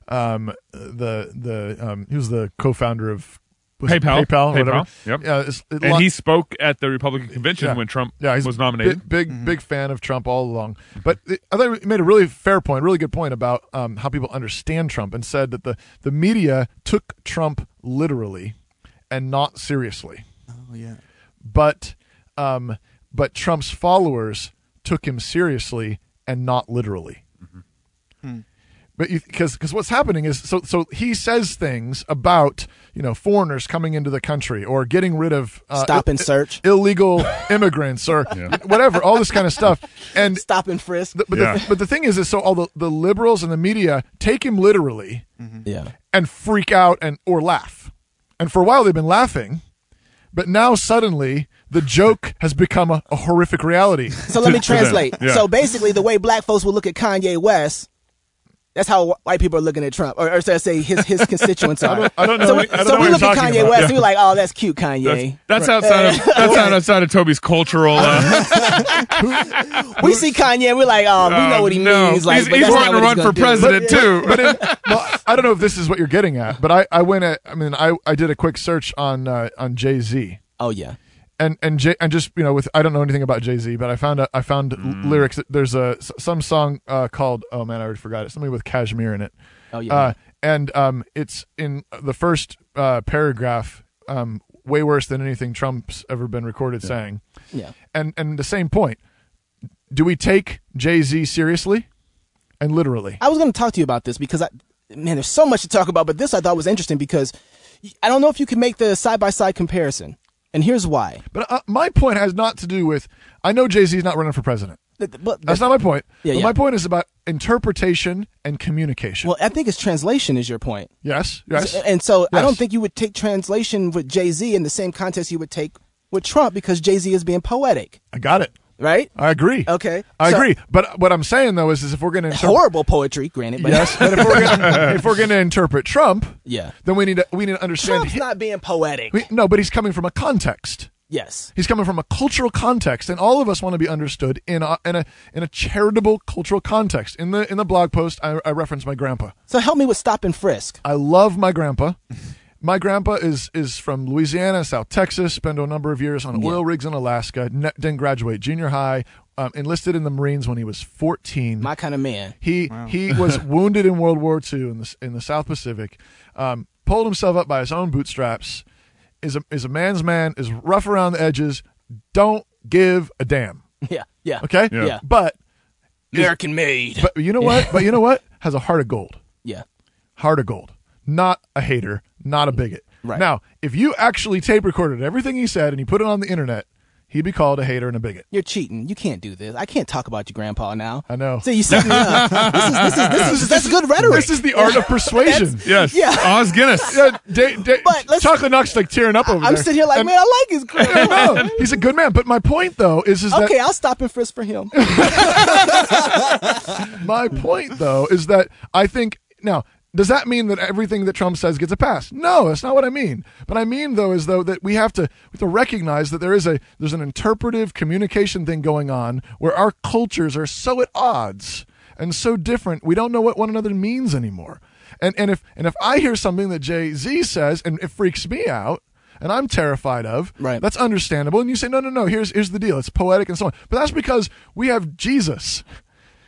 [SPEAKER 7] um, the the um, he was the co-founder of was it
[SPEAKER 4] PayPal.
[SPEAKER 7] PayPal, or whatever.
[SPEAKER 4] Yep.
[SPEAKER 7] Yeah, it's- it
[SPEAKER 4] and
[SPEAKER 7] lo-
[SPEAKER 4] he spoke at the Republican convention
[SPEAKER 7] Yeah.
[SPEAKER 4] when Trump
[SPEAKER 7] Yeah, he's
[SPEAKER 4] was nominated.
[SPEAKER 7] Big, big,
[SPEAKER 10] Mm-hmm.
[SPEAKER 7] big fan of Trump all along. But it- I thought he made a really fair point, really good point about um, how people understand Trump, and said that the the media took Trump literally and not seriously.
[SPEAKER 10] Oh yeah.
[SPEAKER 7] But um, but Trump's followers took him seriously and not literally.
[SPEAKER 4] Mm-hmm.
[SPEAKER 10] Hmm.
[SPEAKER 7] But because because what's happening is so so he says things about you know foreigners coming into the country or getting rid of uh,
[SPEAKER 10] Uh,
[SPEAKER 9] Stop and
[SPEAKER 7] i-
[SPEAKER 9] search.
[SPEAKER 7] illegal immigrants or whatever all this kind of stuff and
[SPEAKER 9] stop and frisk.
[SPEAKER 7] but
[SPEAKER 9] Yeah.
[SPEAKER 7] the, but the thing is is so all the, the liberals and the media take him literally
[SPEAKER 9] Yeah.
[SPEAKER 7] and freak out and or laugh and for a while they've been laughing but now suddenly the joke has become a, a horrific reality
[SPEAKER 9] So let me translate. So basically, the way black folks would look at Kanye West That's how white people are looking at Trump, or, or so I say his his constituents are.
[SPEAKER 4] I don't- I don't know
[SPEAKER 9] So,
[SPEAKER 4] what- I don't
[SPEAKER 9] so
[SPEAKER 4] know what
[SPEAKER 9] we
[SPEAKER 4] you're
[SPEAKER 9] look at
[SPEAKER 4] talking
[SPEAKER 9] Kanye
[SPEAKER 4] about.
[SPEAKER 9] West,
[SPEAKER 4] Yeah.
[SPEAKER 9] and we're like, "Oh, that's cute, Kanye."
[SPEAKER 4] That's
[SPEAKER 9] Right.
[SPEAKER 4] outside of that's not outside of Toby's cultural. Uh,
[SPEAKER 9] we see Kanye, and we're like, "Oh, we know what he
[SPEAKER 4] uh, no.
[SPEAKER 9] means." Like,
[SPEAKER 4] He's-
[SPEAKER 9] but
[SPEAKER 4] he's
[SPEAKER 9] that's not
[SPEAKER 4] wanting to
[SPEAKER 9] what
[SPEAKER 4] run for
[SPEAKER 9] gonna do.
[SPEAKER 4] president,
[SPEAKER 9] But-
[SPEAKER 4] too.
[SPEAKER 7] but in, well, I don't know if this is what you're getting at, but I, I went at I mean I, I did a quick search on uh, on Jay Z.
[SPEAKER 9] Oh yeah.
[SPEAKER 7] And and Jay, and just you know with I don't know anything about Jay Z, but I found out, I found l-
[SPEAKER 4] Mm.
[SPEAKER 7] lyrics. that- There's a s- some song uh, called oh man I already forgot it. Something with cashmere in it.
[SPEAKER 9] Oh, yeah.
[SPEAKER 7] Uh, and um, it's in the first uh, paragraph. Um, way worse than anything Trump's ever been recorded saying.
[SPEAKER 9] Yeah.
[SPEAKER 7] And and the same point. Do we take Jay Z seriously? And literally.
[SPEAKER 9] I was going to talk to you about this because I, man, there's so much to talk about, but this I thought was interesting because y- I don't know if you can make the side by side comparison, and here's why.
[SPEAKER 7] But uh, my point has not to do with. I know Jay Z is not running for president. That's not my point.
[SPEAKER 9] Yeah,
[SPEAKER 7] but
[SPEAKER 9] yeah.
[SPEAKER 7] My point is about interpretation and communication.
[SPEAKER 9] Well, I think it's translation is your point.
[SPEAKER 7] Yes. Yes.
[SPEAKER 9] So- and so I
[SPEAKER 7] Yes.
[SPEAKER 9] don't think you would take translation with Jay Z in the same context you would take with Trump because Jay Z is being poetic.
[SPEAKER 7] I got it.
[SPEAKER 9] Right.
[SPEAKER 7] I agree.
[SPEAKER 9] Okay.
[SPEAKER 7] I
[SPEAKER 9] So-
[SPEAKER 7] agree. But what I'm saying though is, is if we're going to
[SPEAKER 9] Horrible poetry, granted. But
[SPEAKER 7] yes, but if we're gonna, if we're going to interpret Trump,
[SPEAKER 9] Yeah.
[SPEAKER 7] then we need to we need to understand.
[SPEAKER 9] Trump's
[SPEAKER 7] hi-
[SPEAKER 9] not being poetic.
[SPEAKER 7] we- no, but he's coming from a context.
[SPEAKER 9] yes.
[SPEAKER 7] He's coming from a cultural context, and all of us want to be understood in a in a in a charitable cultural context. In the in the blog post, I, I reference my grandpa.
[SPEAKER 9] So help me with stop and frisk.
[SPEAKER 7] I love my grandpa. My grandpa is is from Louisiana, South Texas. Spent a number of years on oil rigs in Alaska. Ne- didn't graduate junior high. Um, enlisted in the Marines when he was fourteen.
[SPEAKER 9] My kind of man.
[SPEAKER 7] He he was wounded in World War II in the in the South Pacific. Um, pulled himself up by his own bootstraps. Is a is a man's man. Is rough around the edges. Don't give a damn.
[SPEAKER 9] Yeah. Yeah.
[SPEAKER 7] Okay.
[SPEAKER 9] Yeah.
[SPEAKER 7] But is-
[SPEAKER 9] American made.
[SPEAKER 7] But you know what? but you know what? Has a heart of gold
[SPEAKER 9] Yeah.
[SPEAKER 7] heart of gold. Not a hater, not a bigot.
[SPEAKER 9] Right.
[SPEAKER 7] Now, if you actually tape recorded everything he said and you put it on the internet, he'd be called a hater and a bigot.
[SPEAKER 9] You're cheating. You can't do this. I can't talk about your grandpa now.
[SPEAKER 7] I know.
[SPEAKER 9] So you set me up. This is this is this is that's good rhetoric.
[SPEAKER 7] This is the art of persuasion.
[SPEAKER 4] yes.
[SPEAKER 9] Yeah.
[SPEAKER 4] Oz Guinness.
[SPEAKER 7] Yeah, da- da- Chocolate Knock's like tearing up over
[SPEAKER 9] I'm
[SPEAKER 7] there.
[SPEAKER 9] sitting here like,
[SPEAKER 7] And-
[SPEAKER 9] man, I like his
[SPEAKER 7] I
[SPEAKER 9] grandpa.
[SPEAKER 7] know. he's a good man. But my point though is, is
[SPEAKER 9] okay,
[SPEAKER 7] that
[SPEAKER 9] I'll stop and frisk for him.
[SPEAKER 7] my point though is that I think now does that mean that everything that Trump says gets a pass? No, that's not what I mean. But I mean though is though that we have to we have to recognize that there is a there's an interpretive communication thing going on where our cultures are so at odds and so different we don't know what one another means anymore. And and if and if I hear something that Jay Z says and it freaks me out and I'm terrified of, right. that's understandable. And you say, no, no, no, here's here's the deal. It's poetic and so on. But that's because we have Jesus.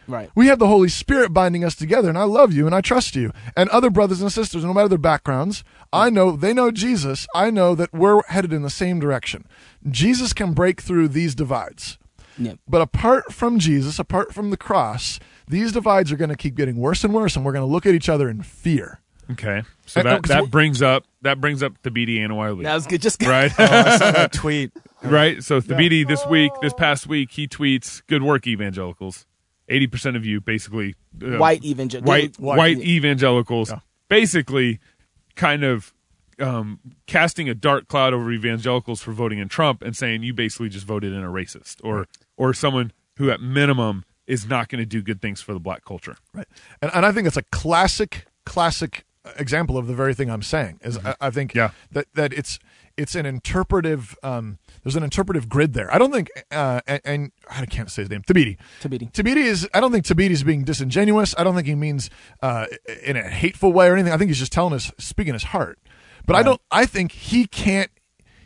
[SPEAKER 9] Right.
[SPEAKER 7] We have the Holy Spirit binding us together, and I love you and I trust you. And other brothers and sisters, no matter their backgrounds, I know they know Jesus. I know that we're headed in the same direction. Jesus can break through these divides.
[SPEAKER 9] Yeah.
[SPEAKER 7] But apart from Jesus, apart from the cross, these divides are going to keep getting worse and worse, and we're going to look at each other in fear.
[SPEAKER 4] Okay, so
[SPEAKER 7] And-
[SPEAKER 4] that,
[SPEAKER 7] oh, 'cause we-
[SPEAKER 4] that brings up that brings up the BD NY league.
[SPEAKER 9] That was good. Just
[SPEAKER 4] right.
[SPEAKER 10] tweet.
[SPEAKER 4] Right. So the BD this week, this past week, he tweets, "Good work, evangelicals. Eighty percent of you, basically, uh,
[SPEAKER 9] White evangel-
[SPEAKER 4] white
[SPEAKER 9] White-
[SPEAKER 4] white,
[SPEAKER 9] yeah.
[SPEAKER 4] evangelicals, basically, kind of." Um, casting a dark cloud over evangelicals for voting in Trump and saying you basically just voted in a racist or or someone who at minimum is not going to do good things for the black culture.
[SPEAKER 7] Right. And, and I think that's a classic, classic example of the very thing I'm saying. Is I, I think that that it's it's an interpretive. Um, there's an interpretive grid there. I don't think, uh, and, and I can't say his name. Tabidi.
[SPEAKER 9] Tabidi.
[SPEAKER 7] Tabidi is. I don't think Tabidi is being disingenuous. I don't think he means uh, in a hateful way or anything. I think he's just telling us, speaking his heart. But I don't. I think he can't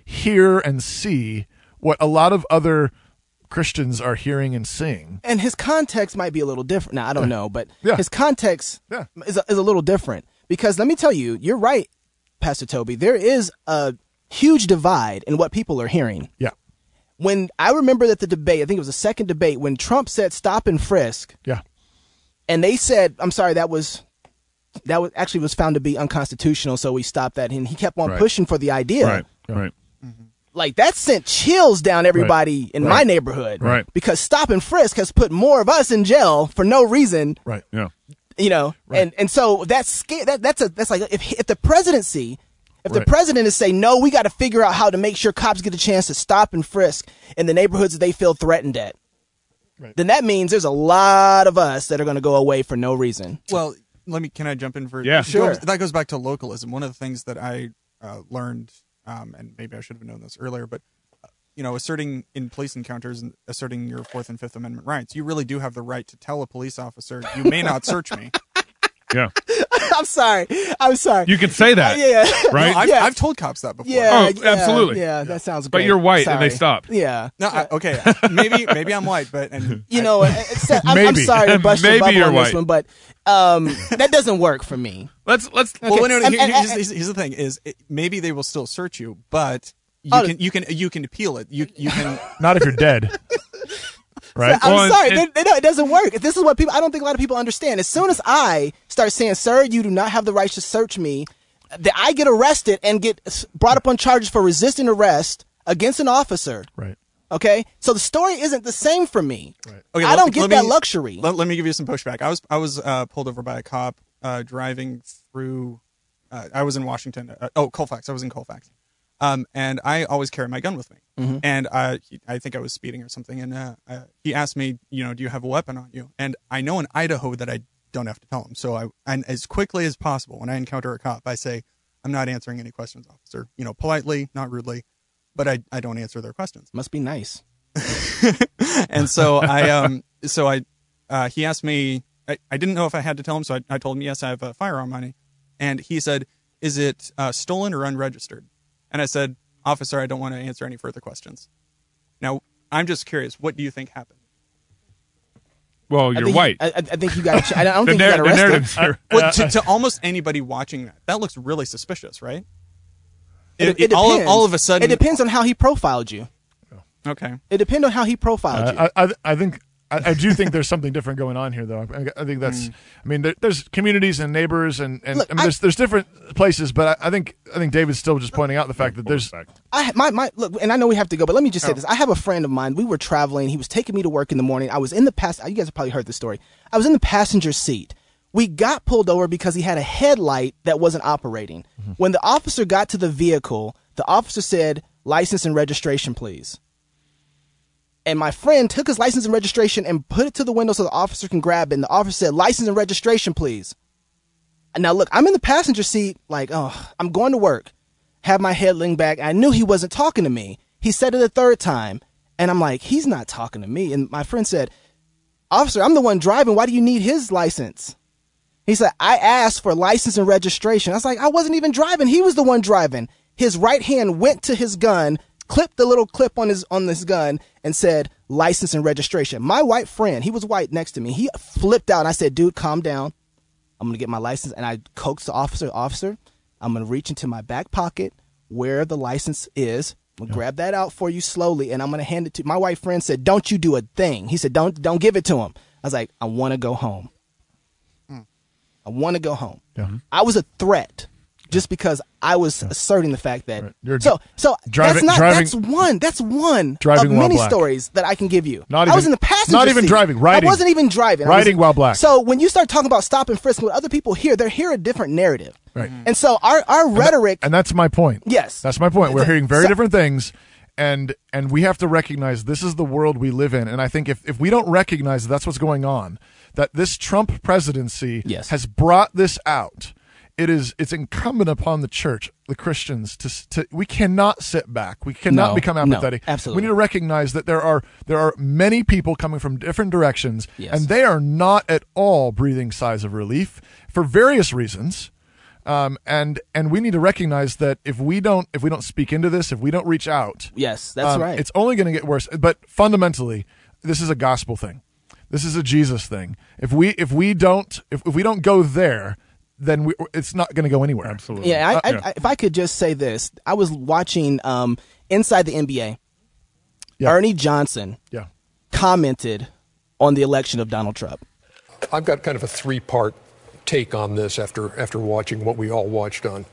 [SPEAKER 7] hear and see what a lot of other Christians are hearing and seeing.
[SPEAKER 9] And his context might be a little different. Now I don't know, but
[SPEAKER 7] Yeah.
[SPEAKER 9] his context is a, is a little different because let me tell you, you're right, Pastor Toby. There is a huge divide in what people are hearing.
[SPEAKER 7] Yeah.
[SPEAKER 9] When I remember that the debate, I think it was the second debate when Trump said stop and frisk.
[SPEAKER 7] Yeah.
[SPEAKER 9] and they said, "I'm sorry, that was that was actually was found to be unconstitutional, so we stopped that." And he kept on
[SPEAKER 4] Right.
[SPEAKER 9] pushing for the idea.
[SPEAKER 4] Right. Right.
[SPEAKER 9] Mm-hmm. Like that sent chills down everybody in my
[SPEAKER 4] Right.
[SPEAKER 9] neighborhood,
[SPEAKER 4] Right.
[SPEAKER 9] Because stop and frisk has put more of us in jail for no reason,
[SPEAKER 7] Right.
[SPEAKER 4] Yeah.
[SPEAKER 9] you know. And and so that's sca- that, that's a that's like if if the presidency. If the
[SPEAKER 7] Right.
[SPEAKER 9] president is saying no, we got to figure out how to make sure cops get a chance to stop and frisk in the neighborhoods that they feel threatened at, then that means there's a lot of us that are going to go away for no reason.
[SPEAKER 10] Well,
[SPEAKER 9] let me. Can I jump in for?
[SPEAKER 4] Yeah.
[SPEAKER 9] it
[SPEAKER 4] Sure.
[SPEAKER 9] goes- that goes back to localism. One of the things that I uh, learned, um, and maybe I should have known this earlier, but uh, you know, asserting in police encounters and asserting your Fourth and Fifth Amendment rights, you really do have the right to tell a police officer, "You may not search me."
[SPEAKER 4] Yeah.
[SPEAKER 10] I'm sorry. I'm sorry.
[SPEAKER 4] You can say
[SPEAKER 10] Uh,
[SPEAKER 4] that.
[SPEAKER 10] yeah.
[SPEAKER 4] Right?
[SPEAKER 9] No, I've,
[SPEAKER 10] Yeah.
[SPEAKER 9] I've told cops that before.
[SPEAKER 10] Yeah.
[SPEAKER 4] Oh,
[SPEAKER 10] yeah,
[SPEAKER 4] absolutely.
[SPEAKER 10] Yeah, that sounds
[SPEAKER 4] But
[SPEAKER 10] great.
[SPEAKER 4] you're white and they
[SPEAKER 10] Sorry.
[SPEAKER 4] stop.
[SPEAKER 10] Yeah.
[SPEAKER 9] No, I, okay. Maybe maybe I'm white, but and
[SPEAKER 10] Uh, You know, it's, I'm, I'm
[SPEAKER 9] Maybe.
[SPEAKER 10] sorry to bust your
[SPEAKER 9] Maybe
[SPEAKER 10] bubble
[SPEAKER 9] you're
[SPEAKER 10] on
[SPEAKER 9] white.
[SPEAKER 10] this one, but um, that doesn't work for me.
[SPEAKER 4] Let's let's.
[SPEAKER 9] Well, no, no,
[SPEAKER 10] And-
[SPEAKER 9] here-
[SPEAKER 10] and-
[SPEAKER 9] here's,
[SPEAKER 10] and-
[SPEAKER 9] here's- here's the thing: is it, maybe they will still search you, but you
[SPEAKER 10] Oh.
[SPEAKER 9] can you can you can appeal it. You you can
[SPEAKER 7] Not if you're dead. Uh, Right?
[SPEAKER 10] I'm sorry. they, they don't, it doesn't work. This is what people. I don't think a lot of people understand. As soon as I start saying, "Sir, you do not have the right to search me," that I get arrested and get s- brought up on charges for resisting arrest against an officer.
[SPEAKER 7] Right.
[SPEAKER 10] Okay. So the story isn't the same for me. Right.
[SPEAKER 9] Okay,
[SPEAKER 10] I
[SPEAKER 9] let-
[SPEAKER 10] don't get
[SPEAKER 9] let
[SPEAKER 10] that
[SPEAKER 9] me-
[SPEAKER 10] luxury.
[SPEAKER 9] Let, let me give you some pushback. I was I was uh, pulled over by a cop uh, driving through. Uh, I was in Washington. Uh, oh, Colfax. I was in Colfax, um, and I always carry my gun with me.
[SPEAKER 10] Mhm.
[SPEAKER 9] And uh, he, I think I was speeding or something. And uh, uh, he asked me, you know, do you have a weapon on you? And I know in Idaho that I don't have to tell him. So I and as quickly as possible when I encounter a cop, I say, I'm not answering any questions, officer. You know, politely, not rudely, but I I don't answer their questions
[SPEAKER 10] Must be nice.
[SPEAKER 9] and so I um so I uh, he asked me I, I didn't know if I had to tell him so I, I told him yes I have a firearm on me and he said is it uh, stolen or unregistered and I said officer I don't want to answer any further questions now I'm just curious what do you think happened
[SPEAKER 4] Well,
[SPEAKER 9] I
[SPEAKER 4] you're
[SPEAKER 9] think-
[SPEAKER 4] white.
[SPEAKER 10] I, I I think you got. I don't
[SPEAKER 4] The
[SPEAKER 10] think you
[SPEAKER 4] narr-
[SPEAKER 10] got
[SPEAKER 4] the Uh,
[SPEAKER 10] arrested.
[SPEAKER 4] narrative's here.
[SPEAKER 9] well, to, to almost anybody watching that that looks really suspicious right
[SPEAKER 10] It, it,
[SPEAKER 9] all,
[SPEAKER 10] depends.
[SPEAKER 9] all of a sudden
[SPEAKER 10] it depends on how he profiled you.
[SPEAKER 9] okay
[SPEAKER 10] It depends on how he profiled
[SPEAKER 9] Oh,
[SPEAKER 10] you.
[SPEAKER 7] Uh, I, I, I think I, I do think there's something different going on here, though. I, I think that's.
[SPEAKER 9] Mm.
[SPEAKER 7] I mean, there, there's communities and neighbors, and, and I mean, there's there's different places, but I, I think I think David's still just pointing out the fact that
[SPEAKER 4] uh,
[SPEAKER 7] there's.
[SPEAKER 10] I my my look, and I know we have to go, but let me just say this. I have a friend of mine. We were traveling. He was taking me to work in the morning. I was in the pass. You guys have probably heard this story. I was in the passenger seat. We got pulled over because he had a headlight that wasn't operating. When the officer got to the vehicle, the officer said, "License and registration, please." And my friend took his license and registration and put it to the window so the officer can grab it. And the officer said, "License and registration, please." And Now look, I'm in the passenger seat, like, oh, I'm going to work. Have my head leaned back. I knew he wasn't talking to me. He said it a third time, and I'm like, he's not talking to me. And my friend said, "Officer, I'm the one driving. Why do you need his license?" He said, "I asked for license and registration." I was like, "I wasn't even driving. He was the one driving." His right hand went to his gun, clipped the little clip on his on this gun, and said, "License and registration." My white friend, he was white next to me. He flipped out. And I said, "Dude, calm down. I'm gonna get my license. And I coaxed the officer, officer, I'm gonna reach into my back pocket where the license is. I'm gonna grab that out for you slowly, and I'm gonna hand it to my white friend. Said, "Don't you do a thing." He said, "Don't don't give it to him." I was like, "I want to go home.
[SPEAKER 7] Hmm.
[SPEAKER 10] I want to go home." I was a threat just because I was asserting the fact that. so so that's
[SPEAKER 7] Driving-
[SPEAKER 10] not
[SPEAKER 7] driving-
[SPEAKER 10] that's one that's one of
[SPEAKER 7] Driving while
[SPEAKER 10] many
[SPEAKER 7] black.
[SPEAKER 10] stories that I can give you.
[SPEAKER 7] Not
[SPEAKER 10] I was
[SPEAKER 7] even-
[SPEAKER 10] in the passenger
[SPEAKER 7] not even
[SPEAKER 10] seat.
[SPEAKER 7] driving, riding.
[SPEAKER 10] I wasn't even driving. I was-
[SPEAKER 7] Riding while black.
[SPEAKER 10] So when you start talking about stop and frisk, what other people hear, they hear a different narrative.
[SPEAKER 7] Right.
[SPEAKER 10] And so our, our rhetoric
[SPEAKER 7] And that's my point.
[SPEAKER 10] Yes.
[SPEAKER 7] That's my point. We're
[SPEAKER 10] It's a-
[SPEAKER 7] hearing very
[SPEAKER 10] so-
[SPEAKER 7] different things and and we have to recognize this is the world we live in. And I think if, if we don't recognize that's what's going on, that this Trump presidency has brought this out. It is it's incumbent upon the church, the Christians, to s- to we cannot sit back. We cannot
[SPEAKER 10] No,
[SPEAKER 7] become
[SPEAKER 10] no,
[SPEAKER 7] apathetic.
[SPEAKER 10] absolutely.
[SPEAKER 7] We need to recognize that there are there are many people coming from different directions
[SPEAKER 10] Yes.
[SPEAKER 7] and they are not at all breathing sighs of relief for various reasons um, and and we need to recognize that if we don't if we don't speak into this if we don't reach out
[SPEAKER 10] Yes, that's
[SPEAKER 7] um,
[SPEAKER 10] right.
[SPEAKER 7] it's only going to get worse but fundamentally this is a gospel thing this is a jesus thing if we if we don't if, if we don't go there then we, it's not going to go anywhere absolutely
[SPEAKER 10] Yeah, I, I, I, if I could just say this, I was watching um, Inside the NBA. Ernie Johnson
[SPEAKER 7] Yeah.
[SPEAKER 10] commented on the election of Donald Trump.
[SPEAKER 12] I've got kind of a three-part take on this after after watching what we all watched on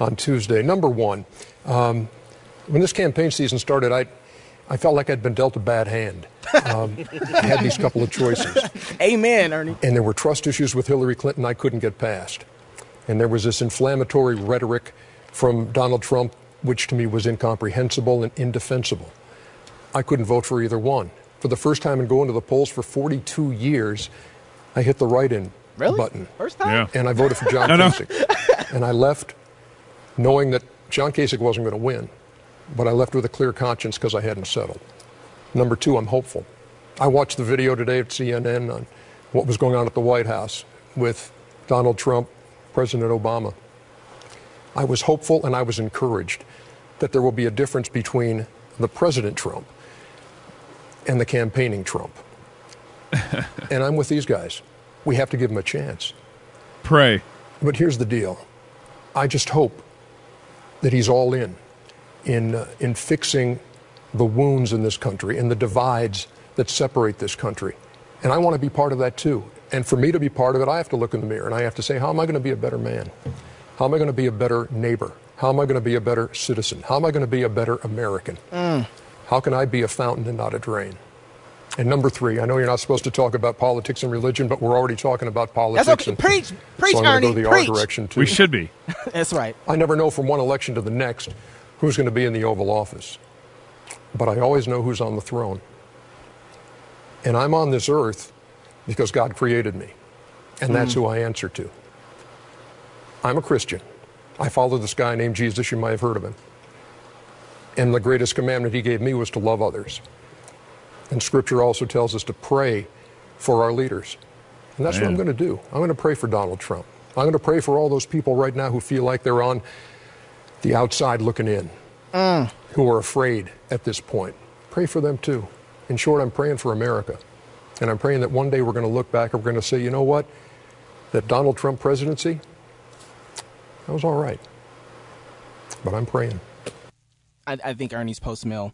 [SPEAKER 12] on Tuesday. Number one, um, when this campaign season started, I I felt like I'd been dealt a bad hand. Um, I had these couple of choices,
[SPEAKER 10] Amen, Ernie.
[SPEAKER 12] and there were trust issues with Hillary Clinton I couldn't get past, and there was this inflammatory rhetoric from Donald Trump, which to me was incomprehensible and indefensible. I couldn't vote for either one. For the first time in going to the polls for 42 years, I hit the right in
[SPEAKER 10] Really?
[SPEAKER 7] button.
[SPEAKER 10] First time? Yeah.
[SPEAKER 7] And I voted for John
[SPEAKER 10] No, no.
[SPEAKER 7] Kasich. and I left knowing that John Kasich wasn't going to win, but I left with a clear conscience because I hadn't settled. Number two, I'm hopeful. I watched the video today at CNN on what was going on at the White House with Donald Trump, President Obama. I was hopeful and I was encouraged that there will be a difference between the President Trump and the campaigning Trump. and I'm with these guys. We have to give them a chance.
[SPEAKER 4] Pray.
[SPEAKER 7] But here's the deal I just hope that he's all in in, uh, in fixing the wounds in this country and the divides that separate this country. And I want to be part of that too. And for me to be part of it, I have to look in the mirror and I have to say, how am I going to be a better man? How am I going to be a better neighbor? How am I going to be a better citizen? How am I going to be a better American? How can I be a fountain and not a drain? And number three, I know you're not supposed to talk about politics and religion, but we're already talking about politics.
[SPEAKER 10] okay.
[SPEAKER 7] and,
[SPEAKER 10] Preach. Preach,
[SPEAKER 7] so I'm gonna
[SPEAKER 10] Ernie.
[SPEAKER 7] Go the
[SPEAKER 10] Preach.
[SPEAKER 7] R direction too.
[SPEAKER 4] We should be.
[SPEAKER 10] That's right.
[SPEAKER 7] I never know from one election to the next who's going to be in the Oval Office, but I always know who's on the throne. And I'm on this earth because God created me, and that's
[SPEAKER 17] Mm.
[SPEAKER 7] who I answer to. I'm a Christian. I follow this guy named Jesus. You might have heard of him. And the greatest commandment he gave me was to love others. And scripture also tells us to pray for our leaders. And that's what I'm
[SPEAKER 17] Man.
[SPEAKER 7] going to do. I'm going to pray for Donald Trump. I'm going to pray for all those people right now who feel like they're on the outside looking in, who are afraid at this point. Pray for them too. In short, I'm praying for America. And I'm praying that one day we're going to look back and we're going to say, you know what? That Donald Trump presidency, that was all right. But I'm praying.
[SPEAKER 10] I, I think Ernie's post mill.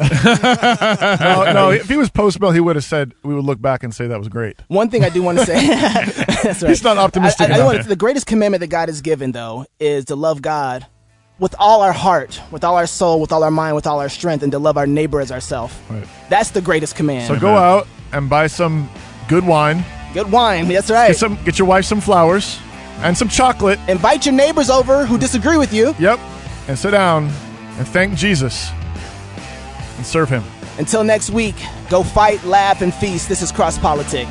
[SPEAKER 18] no, no, if he was post mill, he would have said we would look back and say that was great.
[SPEAKER 10] One thing I do want to say. that's right.
[SPEAKER 18] He's not optimistic
[SPEAKER 10] I, I, I
[SPEAKER 18] enough.
[SPEAKER 10] want- the greatest commandment that God has given, though, is to love God with all our heart, with all our soul, with all our mind, with all our strength, and to love our neighbor as ourselves.
[SPEAKER 18] Right.
[SPEAKER 10] That's the greatest command.
[SPEAKER 18] So go out and buy some good wine.
[SPEAKER 10] Good wine. That's right.
[SPEAKER 18] Get some. Get your wife some flowers and some chocolate.
[SPEAKER 10] Invite your neighbors over who disagree with you.
[SPEAKER 18] Yep. And sit down and thank Jesus and serve Him.
[SPEAKER 10] Until next week, go fight, laugh, and feast. This is Cross Politic.